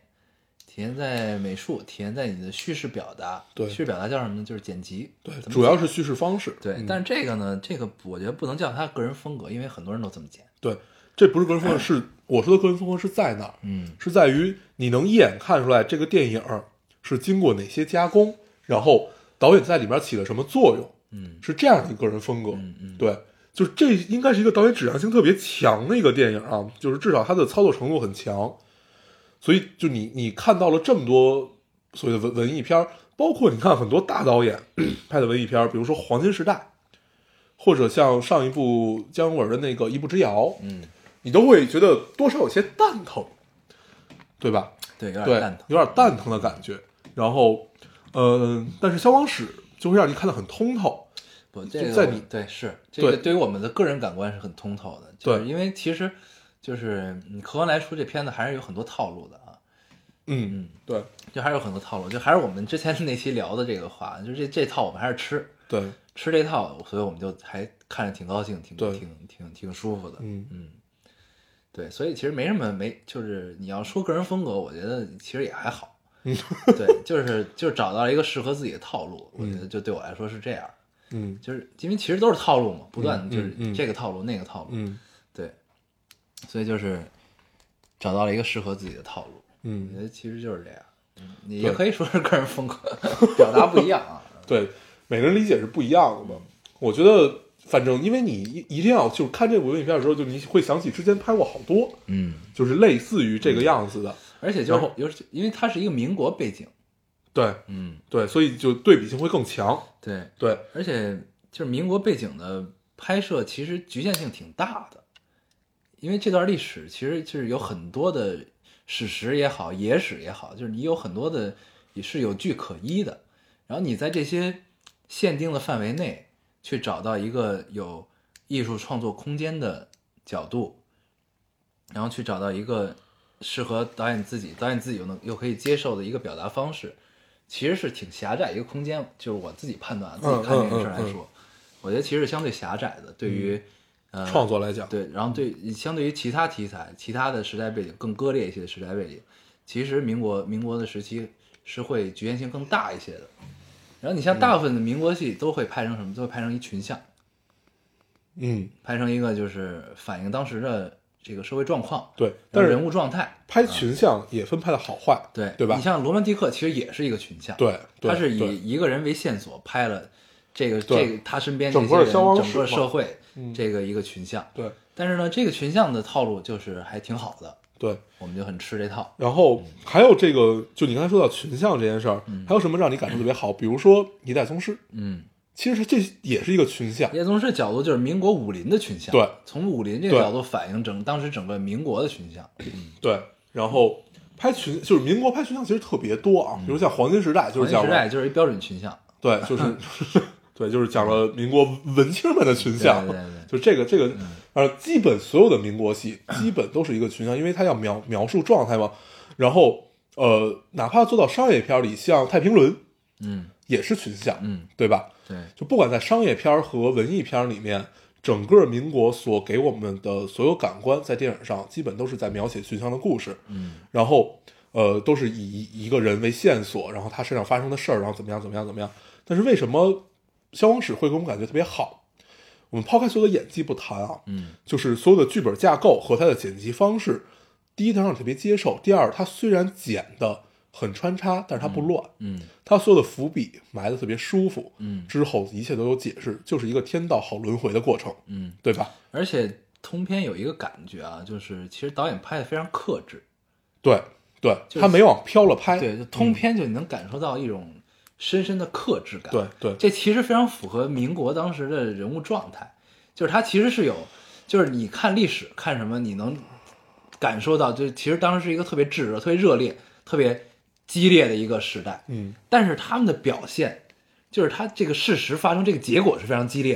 [SPEAKER 1] 体现在美术，体现在你的叙事表达。
[SPEAKER 3] 对
[SPEAKER 1] 叙事表达叫什么呢？就是剪辑。
[SPEAKER 3] 对
[SPEAKER 1] 怎，么
[SPEAKER 3] 主要
[SPEAKER 1] 剪
[SPEAKER 3] 是叙事方式。
[SPEAKER 1] 对，
[SPEAKER 3] 嗯
[SPEAKER 1] 但是这个呢，这个我觉得不能叫他个人风格，因为很多人都这么剪。
[SPEAKER 3] 对，这不是个人风格，是我说的个人风格是在哪儿？
[SPEAKER 1] 嗯，
[SPEAKER 3] 是在于你能一眼看出来这个电影是经过哪些加工，然后导演在里边起了什么作用，
[SPEAKER 1] 嗯
[SPEAKER 3] 是这样的一个个人风格。
[SPEAKER 1] 嗯嗯，
[SPEAKER 3] 对，就是这应该是一个导演指向性特别强的一个电影啊，就是至少它的操作程度很强，所以就你你看到了这么多所谓的文文艺片儿，包括你看很多大导演 [CLEARS THROAT] 拍的文艺片儿，比如说《黄金时代》，或者像上一部姜文的那个《一步之遥》，
[SPEAKER 1] 嗯，
[SPEAKER 3] 你都会觉得多少有些蛋疼，对吧？
[SPEAKER 1] 对，有
[SPEAKER 3] 对
[SPEAKER 1] 点蛋，疼。
[SPEAKER 3] 有点蛋疼的感觉。然后，呃，但是《消亡史》就会让你看得很通透，
[SPEAKER 1] 不，这个
[SPEAKER 3] 在
[SPEAKER 1] 我
[SPEAKER 3] 你
[SPEAKER 1] 对是这个
[SPEAKER 3] 对
[SPEAKER 1] 对于我们的个人感官是很通透的。就是
[SPEAKER 3] 对
[SPEAKER 1] 因为其实就是嗯客观来说，这片子还是有很多套路的啊，
[SPEAKER 3] 嗯，对
[SPEAKER 1] 就还是有很多套路，就还是我们之前那期聊的这个话，就是这这套我们还是吃
[SPEAKER 3] 对，
[SPEAKER 1] 吃这套，所以我们就还看着挺高兴，挺
[SPEAKER 3] 对
[SPEAKER 1] 挺挺挺舒服的。
[SPEAKER 3] 嗯
[SPEAKER 1] 嗯，对，所以其实没什么没，就是你要说个人风格，我觉得其实也还好。
[SPEAKER 3] 嗯
[SPEAKER 1] 对，就是就是找到了一个适合自己的套路，我觉得就对我来说是这样，
[SPEAKER 3] 嗯
[SPEAKER 1] 就是因为其实都是套路嘛，不断
[SPEAKER 3] 嗯
[SPEAKER 1] 就是
[SPEAKER 3] 嗯嗯
[SPEAKER 1] 这个套路、那个套路，
[SPEAKER 3] 嗯
[SPEAKER 1] 对，所以就是找到了一个适合自己的套路，我
[SPEAKER 3] 嗯
[SPEAKER 1] 觉，得其实就是这样，嗯你
[SPEAKER 3] 对
[SPEAKER 1] [LAUGHS] 也
[SPEAKER 3] [LAUGHS]
[SPEAKER 1] 可以说是个人风格，表达不一样啊，
[SPEAKER 3] 对，每个人理解是不一样的嘛。我觉得，反正因为你一一定要就是看这部文艺片的时候，就你会想起之前拍过好多，
[SPEAKER 1] 嗯，
[SPEAKER 3] 就是类似于这个样子的。
[SPEAKER 1] 而且就是
[SPEAKER 3] 然后
[SPEAKER 1] 尤其因为它是一个民国背景，
[SPEAKER 3] 对
[SPEAKER 1] 嗯，
[SPEAKER 3] 对，所以就对比性会更强。
[SPEAKER 1] 对，
[SPEAKER 3] 对，
[SPEAKER 1] 而且就是民国背景的拍摄其实局限性挺大的，因为这段历史其实就是有很多的史实也好，野史也好，就是你有很多的也是有据可依的，然后你在这些限定的范围内去找到一个有艺术创作空间的角度，然后去找到一个适合导演自己，导演自己又能又可以接受的一个表达方式，其实是挺狭窄一个空间。就是我自己判断，啊自己看这个事儿来说，我觉得其实是相对狭窄的，对于、呃
[SPEAKER 3] 创作来讲，
[SPEAKER 1] 对，然后对相对于其他题材、其他的时代背景更割裂一些的时代背景，其实民国民国的时期是会局限性更大一些的。然后你像大部分的民国戏都会拍成什么？都会拍成一群像，
[SPEAKER 3] 嗯，
[SPEAKER 1] 拍成一个就是反映当时的这个社会状况，
[SPEAKER 3] 对。
[SPEAKER 1] 然
[SPEAKER 3] 但
[SPEAKER 1] 后
[SPEAKER 3] 是
[SPEAKER 1] 人物状态，
[SPEAKER 3] 拍群像也分拍的好坏，
[SPEAKER 1] 对
[SPEAKER 3] 对吧
[SPEAKER 1] 你？像罗曼蒂克其实也是一个群像，
[SPEAKER 3] 对，对
[SPEAKER 1] 他是
[SPEAKER 3] 对
[SPEAKER 1] 以一个人为线索拍了这个
[SPEAKER 3] 对
[SPEAKER 1] 这个他身边
[SPEAKER 3] 整
[SPEAKER 1] 这些
[SPEAKER 3] 个
[SPEAKER 1] 人
[SPEAKER 3] 消亡
[SPEAKER 1] 整
[SPEAKER 3] 史
[SPEAKER 1] 个
[SPEAKER 3] 嘛
[SPEAKER 1] 社会
[SPEAKER 3] 嗯
[SPEAKER 1] 这个一个群像。
[SPEAKER 3] 对
[SPEAKER 1] 但是呢，这个群像的套路就是还挺好的，
[SPEAKER 3] 对。
[SPEAKER 1] 我们就很吃这套。
[SPEAKER 3] 然后还有这个，就你刚才说到群像这件事儿，还有什么让你感受特别好？比如说《一代宗师》，
[SPEAKER 1] 嗯，
[SPEAKER 3] 其实这也是一个群像，
[SPEAKER 1] 叶宗师角度就是民国武林的群像，
[SPEAKER 3] 对，
[SPEAKER 1] 从武林这个
[SPEAKER 3] 对
[SPEAKER 1] 角度反映整当时整个民国的群像。
[SPEAKER 3] 对。然后拍群就是民国拍群像其实特别多啊，比如像黄金时代就
[SPEAKER 1] 嗯黄
[SPEAKER 3] 是
[SPEAKER 1] 金
[SPEAKER 3] 讲
[SPEAKER 1] 时
[SPEAKER 3] 了
[SPEAKER 1] 代就是一标准群像，
[SPEAKER 3] 对，就是
[SPEAKER 1] [LAUGHS]
[SPEAKER 3] [LAUGHS] 对，就是讲了民国文青们的群像，
[SPEAKER 1] 对对嗯对
[SPEAKER 3] 就这个这个，呃，基本所有的民国戏基本都是一个群像，因为它要描描述状态嘛。然后呃，哪怕做到商业片里，像《太平轮》
[SPEAKER 1] 嗯
[SPEAKER 3] 也是群像，
[SPEAKER 1] 嗯，
[SPEAKER 3] 对吧？
[SPEAKER 1] 对，
[SPEAKER 3] 就不管在商业片和文艺片里面，整个民国所给我们的所有感官，在电影上基本都是在描写群像的故事。
[SPEAKER 1] 嗯，
[SPEAKER 3] 然后呃，都是以一个人为线索，然后他身上发生的事儿，然后怎么样怎么样怎么样。但是为什么《消亡史》会给我们感觉特别好？我们抛开所有的演技不谈啊，
[SPEAKER 1] 嗯
[SPEAKER 3] 就是所有的剧本架构和它的剪辑方式，第一，它让你特别接受；第二，它虽然剪的很穿插，但是它不乱。
[SPEAKER 1] 嗯
[SPEAKER 3] 它所有的伏笔埋的特别舒服，
[SPEAKER 1] 嗯
[SPEAKER 3] 之后一切都有解释，就是一个天道好轮回的过程，
[SPEAKER 1] 嗯，
[SPEAKER 3] 对吧？
[SPEAKER 1] 而且通篇有一个感觉啊，就是其实导演拍的非常克制，
[SPEAKER 3] 对对，
[SPEAKER 1] 就是
[SPEAKER 3] 他没往飘了拍，嗯
[SPEAKER 1] 对，就通篇就你能感受到一种深深的克制感。
[SPEAKER 3] 对对
[SPEAKER 1] 这其实非常符合民国当时的人物状态，就是它其实是有，就是你看历史看什么，你能感受到，就是其实当时是一个特别炙热、特别热烈、特别激烈的一个时代。
[SPEAKER 3] 嗯，
[SPEAKER 1] 但是他们的表现，就是他这个事实发生这个结果是非常激烈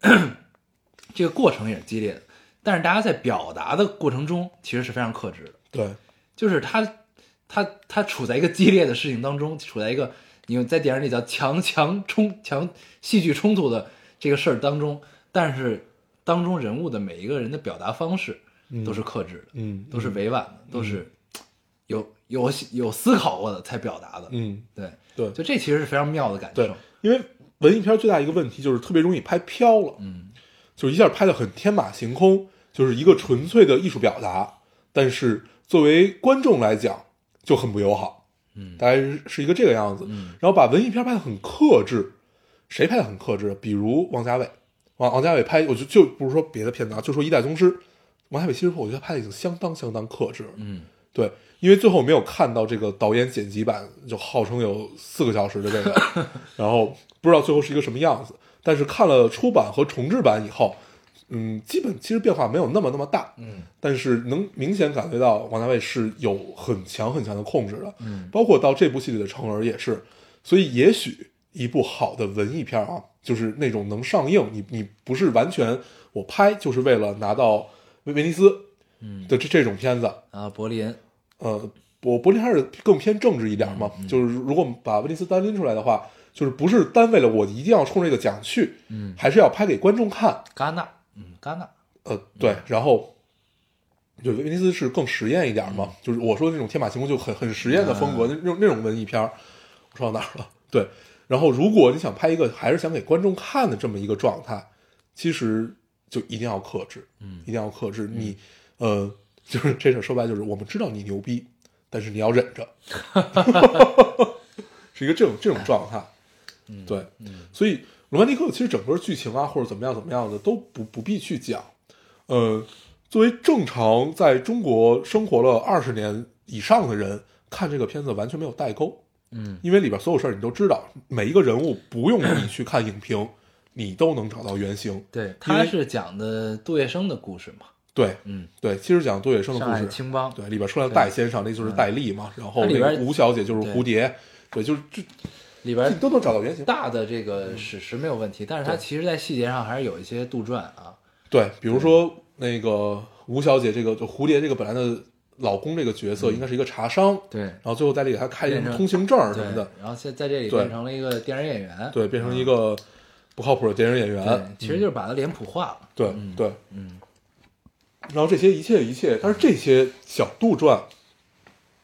[SPEAKER 1] 的， [COUGHS] 这个过程也是激烈的，但是大家在表达的过程中其实是非常克制的。
[SPEAKER 3] 对
[SPEAKER 1] 就是他他他处在一个激烈的事情当中，处在一个你在电影里叫强强冲强戏剧冲突的这个事儿当中，但是当中人物的每一个人的表达方式都是克制的，
[SPEAKER 3] 嗯
[SPEAKER 1] 都是委婉的，都是有有有思考过的才表达的，
[SPEAKER 3] 嗯
[SPEAKER 1] 对
[SPEAKER 3] 对
[SPEAKER 1] 就这其实是非常妙的感
[SPEAKER 3] 对
[SPEAKER 1] 受，，
[SPEAKER 3] 因为文艺片最大一个问题就是特别容易拍飘了，
[SPEAKER 1] 嗯，
[SPEAKER 3] 就一下拍的很天马行空，就是一个纯粹的艺术表达，但是作为观众来讲就很不友好，
[SPEAKER 1] 嗯
[SPEAKER 3] 大概是是一个这个样子，
[SPEAKER 1] 嗯
[SPEAKER 3] 然后把文艺片拍的很克制，谁拍的很克制？比如王家卫，王王家卫拍，我就就不是说别的片子啊，就说《一代宗师》，王家卫其实我觉得拍的已经相当相当克制了，
[SPEAKER 1] 嗯，
[SPEAKER 3] 对，因为最后没有看到这个导演剪辑版，就号称有四个小时的这 [LAUGHS] 个，然后不知道最后是一个什么样子。但是看了出版和重制版以后，嗯，基本其实变化没有那么那么大，嗯，但是能明显感觉到王家卫是有很强很强的控制的，嗯，包括到这部戏里的成儿也是，所以也许一部好的文艺片啊，就是那种能上映，你你不是完全我拍就是为了拿到威威尼斯，嗯的这这种片子，
[SPEAKER 1] 然后柏林，
[SPEAKER 3] 呃，我柏林还是更偏政治一点嘛，就是如果我们把威尼斯单拎出来的话，就是不是单为了我一定要冲这个奖去，
[SPEAKER 1] 嗯，
[SPEAKER 3] 还是要拍给观众看，
[SPEAKER 1] 戛纳，嗯，戛纳，
[SPEAKER 3] 呃，对，然后。就威尼斯是更实验一点嘛，
[SPEAKER 1] 嗯
[SPEAKER 3] 就是我说的那种天马行空就很很实验的风格，那那种那种文艺片儿，我说到哪儿了？对，然后如果你想拍一个还是想给观众看的这么一个状态，其实就一定要克制，嗯，一定要克制。你，呃，就是这事儿说白了就是我们知道你牛逼，
[SPEAKER 1] [LAUGHS]
[SPEAKER 3] 但是你要忍着，是一个这种这种状态。
[SPEAKER 1] 嗯，
[SPEAKER 3] 对，
[SPEAKER 1] 嗯
[SPEAKER 3] 所以《罗曼蒂克》其实整个剧情啊，或者怎么样怎么样的都不不必去讲。呃，作为正常在中国生活了二十年以上的人，看这个片子完全没有代沟，
[SPEAKER 1] 嗯
[SPEAKER 3] 因为里边所有事儿你都知道，每一个人物不用你去看影评，你都能找到原型。
[SPEAKER 1] 对，
[SPEAKER 3] 因
[SPEAKER 1] 他
[SPEAKER 3] 为
[SPEAKER 1] 是讲的杜月笙的故事嘛，
[SPEAKER 3] 对
[SPEAKER 1] 嗯，
[SPEAKER 3] 对，其实讲杜月笙
[SPEAKER 1] 上海
[SPEAKER 3] 的故事，
[SPEAKER 1] 青帮，
[SPEAKER 3] 对，里边出来戴先生，那就是戴笠嘛，然后
[SPEAKER 1] 它
[SPEAKER 3] 那个
[SPEAKER 1] 里边
[SPEAKER 3] 吴小姐就是
[SPEAKER 1] 对
[SPEAKER 3] 蝴蝶，对，就是这
[SPEAKER 1] 里
[SPEAKER 3] 这
[SPEAKER 1] 边
[SPEAKER 3] 你都能找到原型。
[SPEAKER 1] 大的这
[SPEAKER 3] 嗯
[SPEAKER 1] 个史实没有问题，但是它其实在细节上还是有一些杜撰啊，
[SPEAKER 3] 对，比如说那个吴小姐这个就蝴蝶这个本来的老公这个角色应该是一个茶商，
[SPEAKER 1] 嗯对
[SPEAKER 3] 然后最后再给他开一个
[SPEAKER 1] 变成
[SPEAKER 3] 通行证什
[SPEAKER 1] 对
[SPEAKER 3] 么的，，
[SPEAKER 1] 然后现在这里
[SPEAKER 3] 对
[SPEAKER 1] 变成了一个电影演员，
[SPEAKER 3] 对，变成一个不靠谱的电影演员
[SPEAKER 1] 对，，其实就是把它脸谱化了，
[SPEAKER 3] 对对，
[SPEAKER 1] 嗯
[SPEAKER 3] 然后这些一切一切，但是这些小杜撰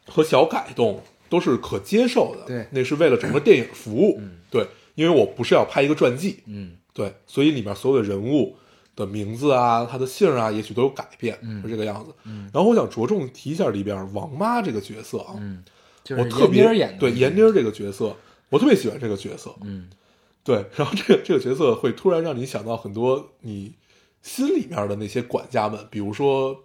[SPEAKER 3] 和小改动都是可接受的，
[SPEAKER 1] 对
[SPEAKER 3] 那是为了整个电影服务，对，因为我不是要拍一个传记，
[SPEAKER 1] 嗯
[SPEAKER 3] 对，所以里面所有的人物的名字啊，他的姓儿啊，也许都有改变，
[SPEAKER 1] 嗯
[SPEAKER 3] 是这个样子。然后我想着重提一下里边王妈这个角色啊，
[SPEAKER 1] 嗯，就是
[SPEAKER 3] 我特
[SPEAKER 1] 闫妮
[SPEAKER 3] 别
[SPEAKER 1] 儿演的，
[SPEAKER 3] 对闫妮儿这个角色，我特别喜欢这个角色。
[SPEAKER 1] 嗯，
[SPEAKER 3] 对，然后这个这个角色会突然让你想到很多你心里面的那些管家们，比如说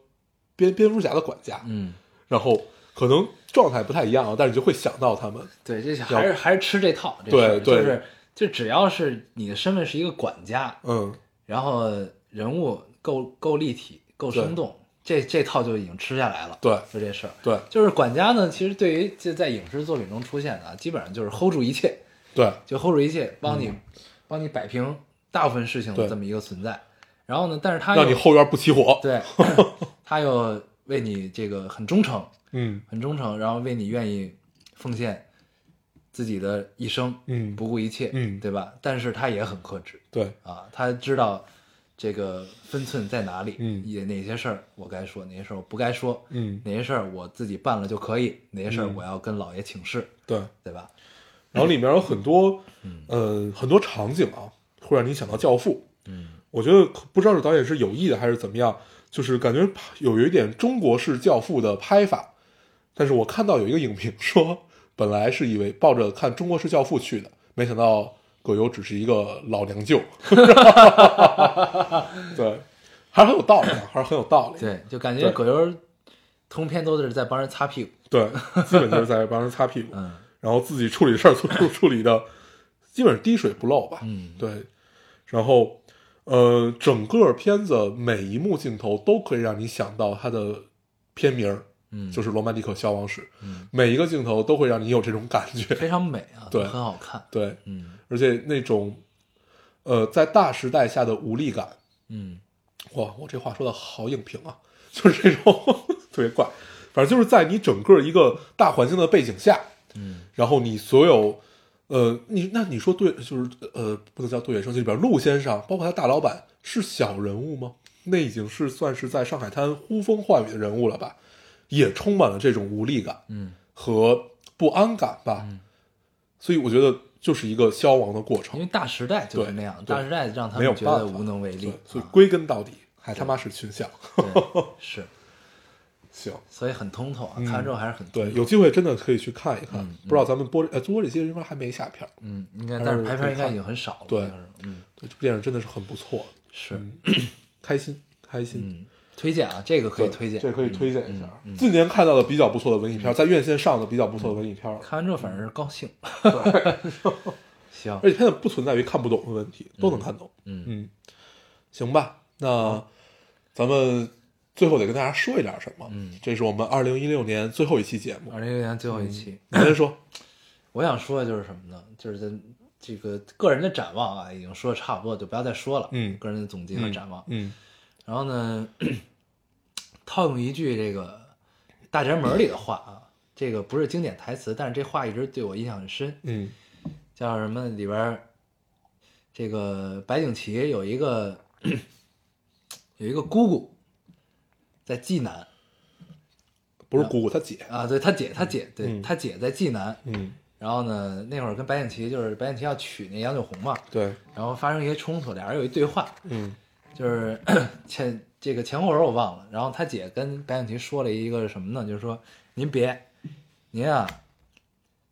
[SPEAKER 3] 蝙蝙蝠侠的管家，
[SPEAKER 1] 嗯，
[SPEAKER 3] 然后可能状态不太一样啊，但是你就会想到他们。
[SPEAKER 1] 对，这还是还是吃这套，这
[SPEAKER 3] 对
[SPEAKER 1] 事儿
[SPEAKER 3] 对
[SPEAKER 1] 就是就只要是你的身份是一个管家，
[SPEAKER 3] 嗯，
[SPEAKER 1] 然后人物够够立体、够生动，这这套就已经吃下来了，
[SPEAKER 3] 对
[SPEAKER 1] 就这事儿。
[SPEAKER 3] 对
[SPEAKER 1] 就是管家呢，其实对于就在影视作品中出现的啊，基本上就是 hold 住一切，
[SPEAKER 3] 对
[SPEAKER 1] 就 hold 住一切，帮你、帮你摆平大部分事情
[SPEAKER 3] 嗯对
[SPEAKER 1] 的这么一个存在。然后呢，但是他又
[SPEAKER 3] 让你后院不起火。
[SPEAKER 1] 哎
[SPEAKER 3] [LAUGHS]
[SPEAKER 1] 对，他又为你这个很忠诚，
[SPEAKER 3] 嗯
[SPEAKER 1] 很忠诚，然后为你愿意奉献自己的一生，
[SPEAKER 3] 嗯
[SPEAKER 1] 不顾一切，
[SPEAKER 3] 嗯
[SPEAKER 1] 对吧？但是他也很克制
[SPEAKER 3] 对
[SPEAKER 1] 啊，他知道这个分寸在哪里，
[SPEAKER 3] 嗯
[SPEAKER 1] 也哪些事儿我该说，哪些事儿我不该说，
[SPEAKER 3] 嗯
[SPEAKER 1] 哪些事儿我自己办了就可以，哪些事儿
[SPEAKER 3] 嗯
[SPEAKER 1] 我要跟老爷请示，
[SPEAKER 3] 对。
[SPEAKER 1] 对吧？
[SPEAKER 3] 然后里面有很多，呃，很多场景啊，会让你想到《教父》。
[SPEAKER 1] 嗯，
[SPEAKER 3] 我觉得可不知道是导演是有意的还是怎么样，就是感觉有一点中国式《教父》的拍法。但是我看到有一个影评说，本来是以为抱着看中国式《教父》去的，没想到葛优只是一个老娘舅。对，还是很有道理，啊，还是很有道理。
[SPEAKER 1] 对，就感觉
[SPEAKER 3] 对
[SPEAKER 1] 葛优通篇都是在帮人擦屁股，
[SPEAKER 3] 对，基本就是在帮人擦屁股。
[SPEAKER 1] 嗯
[SPEAKER 3] 然后自己处理事儿处
[SPEAKER 1] [LAUGHS]
[SPEAKER 3] 处处理的基本上滴水不漏吧。
[SPEAKER 1] 嗯
[SPEAKER 3] 对。然后，呃，整个片子每一幕镜头都可以让你想到它的片名儿，
[SPEAKER 1] 嗯，
[SPEAKER 3] 就是《罗曼蒂克消亡史》
[SPEAKER 1] 嗯
[SPEAKER 3] 每一个镜头都会让你有这种感觉。 [LAUGHS]
[SPEAKER 1] 非常美啊，
[SPEAKER 3] 对
[SPEAKER 1] 很好看，
[SPEAKER 3] 对，
[SPEAKER 1] 嗯
[SPEAKER 3] 而且那种，呃，在大时代下的无力感，
[SPEAKER 1] 嗯
[SPEAKER 3] 哇，我这话说的好影评啊，就是这种特别怪。反正就是在你整个一个大环境的背景下，
[SPEAKER 1] 嗯，
[SPEAKER 3] 然后你所有，呃，你那你说对，就是呃，不能叫对远生，这里边陆先生，包括他大老板是小人物吗？那已经是算是在上海滩呼风唤雨的人物了吧，也充满了这种无力感
[SPEAKER 1] 嗯
[SPEAKER 3] 和不安感吧。所以我觉得就是一个消亡的过
[SPEAKER 1] 因
[SPEAKER 3] 程
[SPEAKER 1] 为，大时代就是那样，
[SPEAKER 3] 对对
[SPEAKER 1] 大时代让他
[SPEAKER 3] 没有
[SPEAKER 1] 们觉得
[SPEAKER 3] 办法，
[SPEAKER 1] 无能为力
[SPEAKER 3] 对，所以
[SPEAKER 1] 啊
[SPEAKER 3] 归根到底还他妈是群像。
[SPEAKER 1] 对是，
[SPEAKER 3] 行，
[SPEAKER 1] 所以很通透啊，看完之后还是很通
[SPEAKER 3] 嗯对，
[SPEAKER 1] 透。
[SPEAKER 3] 有机会真的可以去看一看。不知道咱们播呃播这些应该还没下片儿，
[SPEAKER 1] 嗯，应该，
[SPEAKER 3] 还
[SPEAKER 1] 但是
[SPEAKER 3] 是
[SPEAKER 1] 排
[SPEAKER 3] 可
[SPEAKER 1] 片
[SPEAKER 3] 以
[SPEAKER 1] 应该
[SPEAKER 3] 看
[SPEAKER 1] 已经很少了，
[SPEAKER 3] 对嗯
[SPEAKER 1] 应该是嗯
[SPEAKER 3] 对，这部电影真的是很不错，
[SPEAKER 1] 是，
[SPEAKER 3] 开心开心。
[SPEAKER 1] 嗯，推荐啊，这个可以
[SPEAKER 3] 对
[SPEAKER 1] 推荐，
[SPEAKER 3] 这可以推荐一下
[SPEAKER 1] 嗯。嗯嗯
[SPEAKER 3] 近年看到的比较不错的文艺片，在院线上的比较不错的文艺片，
[SPEAKER 1] 看完之后反正是高兴， [LAUGHS] 行，
[SPEAKER 3] 而且它也不存在于看不懂的问题，都能看懂。
[SPEAKER 1] 嗯，
[SPEAKER 3] 嗯，行吧，那咱们最后得跟大家说一点什么。
[SPEAKER 1] 嗯
[SPEAKER 3] 这是我们二零一六年最后一期节目，
[SPEAKER 1] 二零一六年最后一期，
[SPEAKER 3] 你先说。
[SPEAKER 1] 我想说的就是什么呢？就是咱这个个人的展望啊，已经说的差不多，就不要再说了，
[SPEAKER 3] 嗯
[SPEAKER 1] 个人的总结和展望，
[SPEAKER 3] 嗯
[SPEAKER 1] 然后呢，套用一句这个《大宅门》里的话啊，这个不是经典台词，但是这话一直对我印象很深，
[SPEAKER 3] 嗯
[SPEAKER 1] 叫什么里边儿这个白景琦有一个 [CLEARS THROAT] 有一个姑姑在济南
[SPEAKER 3] 不是姑姑，她姐。
[SPEAKER 1] 啊，对他姐，他姐，对、
[SPEAKER 3] 嗯
[SPEAKER 1] 他姐在济南，
[SPEAKER 3] 嗯，
[SPEAKER 1] 然后呢，那会儿跟白景琦就是白景琦要娶那杨九红嘛，
[SPEAKER 3] 对，
[SPEAKER 1] 然后发生一些冲突，俩人有一对话，
[SPEAKER 3] 嗯
[SPEAKER 1] 就是 [COUGHS] 前这个前后文我忘了。然后他姐跟白景琦说了一个什么呢？就是说
[SPEAKER 3] [LAUGHS]
[SPEAKER 1] 您别，您啊，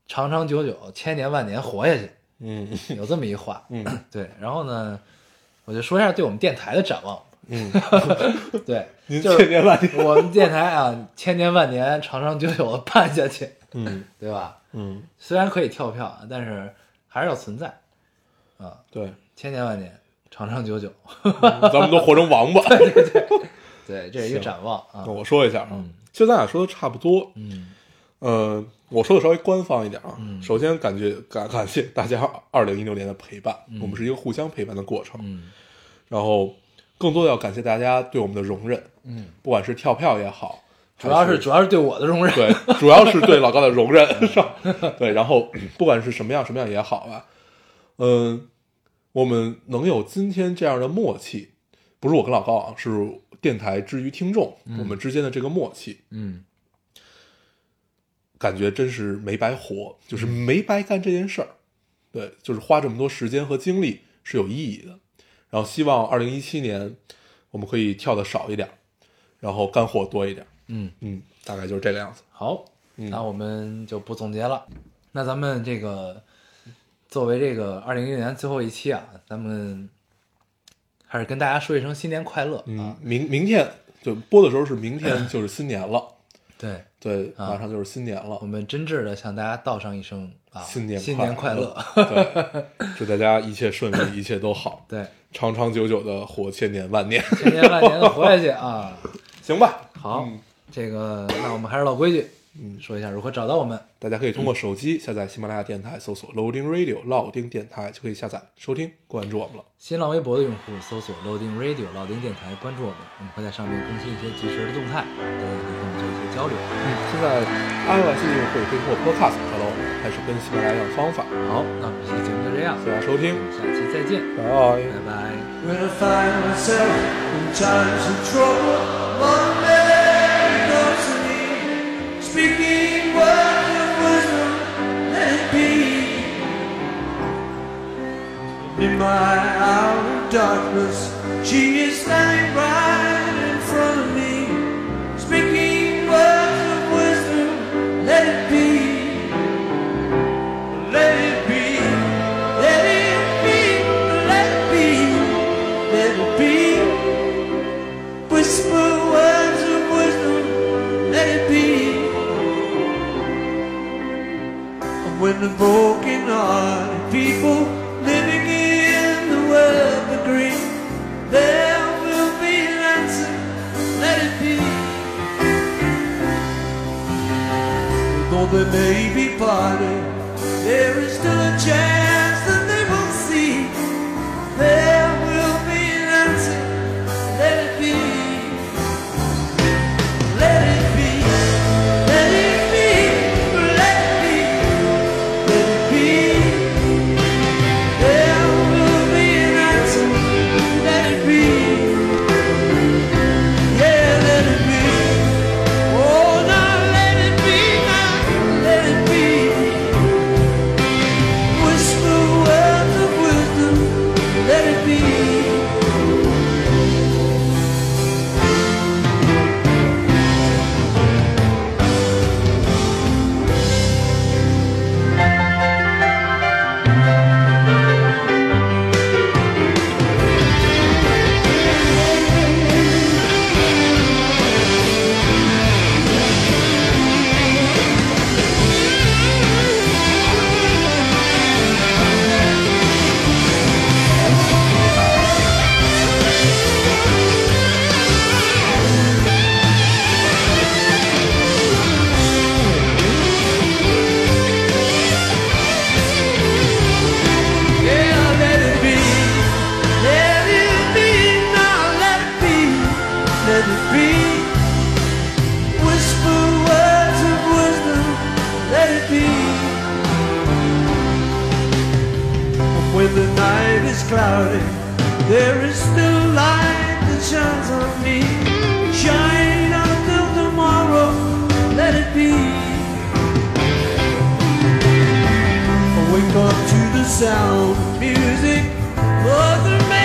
[SPEAKER 1] 长长久久、千年万年活下去，
[SPEAKER 3] 嗯
[SPEAKER 1] 有这么一话。
[SPEAKER 3] 嗯
[SPEAKER 1] 对，然后呢，我就说一下对我们电台的展望。
[SPEAKER 3] 嗯，
[SPEAKER 1] [LAUGHS] 对，
[SPEAKER 3] [LAUGHS] 您
[SPEAKER 1] 就
[SPEAKER 3] 千
[SPEAKER 1] 是
[SPEAKER 3] 年万年，
[SPEAKER 1] 我们电台啊，千年万年，长长久久的办下去， [LAUGHS]
[SPEAKER 3] 嗯
[SPEAKER 1] 对吧？
[SPEAKER 3] 嗯，
[SPEAKER 1] 虽然可以跳票，啊但是还是要存在，
[SPEAKER 3] 对，嗯
[SPEAKER 1] 千年万年，长长久久。
[SPEAKER 3] 咱们都活成王八。
[SPEAKER 1] 对，这是一个
[SPEAKER 3] 行
[SPEAKER 1] 展望啊
[SPEAKER 3] [LAUGHS] 那。我说一下啊，其实咱俩说的差不多，
[SPEAKER 1] 嗯，
[SPEAKER 3] 呃，我说的稍微官方一点啊。首先感觉感感谢大家二零一六年的陪伴，我们是一个互相陪伴的过程。
[SPEAKER 1] 嗯，
[SPEAKER 3] 然后更多的要感谢大家对我们的容忍，
[SPEAKER 1] 嗯，
[SPEAKER 3] 不管是跳票也好，
[SPEAKER 1] 主要
[SPEAKER 3] 还
[SPEAKER 1] 是主要是对我的容忍。
[SPEAKER 3] [LAUGHS] 对，主要是对老高的容忍，是吧？对，然后不管是什么样什么样也好吧，嗯，我们能有今天这样的默契，不是我跟老高啊，是电台之于听众、我们之间的这个默契，
[SPEAKER 1] 嗯，
[SPEAKER 3] 感觉真是没白活，就是没白干这件事儿。对，就是花这么多时间和精力是有意义的。然后希望二零一七年我们可以跳的少一点，然后干货多一点。
[SPEAKER 1] 嗯
[SPEAKER 3] 嗯，大概就是这个样子。
[SPEAKER 1] 好，
[SPEAKER 3] 嗯
[SPEAKER 1] 那我们就不总结了。那咱们这个作为这个二零一六年最后一期啊，咱们还是跟大家说一声新年快乐啊！
[SPEAKER 3] 嗯，明明天就播的时候是明
[SPEAKER 1] [LAUGHS]
[SPEAKER 3] 天，就是新年了，
[SPEAKER 1] 对
[SPEAKER 3] 对，
[SPEAKER 1] 啊
[SPEAKER 3] 马上就是新年了
[SPEAKER 1] 我，们真挚的向大家道上一声啊，
[SPEAKER 3] 新年
[SPEAKER 1] 新
[SPEAKER 3] 快
[SPEAKER 1] 快乐！ [LAUGHS]
[SPEAKER 3] 对，祝大家一切顺利，一切都好，
[SPEAKER 1] 对，
[SPEAKER 3] 长长久久的活千年万年， [LAUGHS]
[SPEAKER 1] 千年万年的活下去啊！
[SPEAKER 3] 行吧？
[SPEAKER 1] 好，
[SPEAKER 3] 嗯
[SPEAKER 1] 这个那我们还是老规矩，说一下如何找到我们。
[SPEAKER 3] 大家可以通过手机下载喜马拉雅电台，搜索 Loading Radio 老丁电台就可以下载收听，关注我们了。
[SPEAKER 1] 新浪微博的用户搜索 Loading Radio 老丁电台，关注我们，我们会在上面更新一些及时的动态，大家可以跟我们做一些交流。
[SPEAKER 3] 嗯，现在 iOS 应用户也可以通过 Podcast 找到我们，还是跟喜马拉雅一样方法。
[SPEAKER 1] 好，那我们这期节目就这样
[SPEAKER 3] 谢，谢大家收听，
[SPEAKER 1] 下期再见，
[SPEAKER 3] 拜拜。
[SPEAKER 1] 拜拜。
[SPEAKER 4] When I find myself in times of trouble, my man comes to me, speaking words of wisdom and peace. In my hour of darkness, she is standing right in front of me, speaking words of wisdom. Let it be, let it be, let it be, let it be let it be. Whisper words of wisdom, let it be. And when the broken hearted people living in the world agree, there will be an answer, let it be. Though they may be parted, there is still a chance that they will see. There will be an answer. Let it be. Let it be. Let it be. Let it be. Let it be. There will be an answer. Let it be. Yeah, let it be. Oh, now let it be. Now let it be. Whisper words of wisdom. Let it be. Yeah, let it be. Let it be. Now let it be. Let it be. Whisper words of wisdom. Let it be. When the night is cloudy, there is still light that shines on me. Shine until tomorrow. Let it be. I wake up to the sound of music. Mother May Oh, Oh, Oh,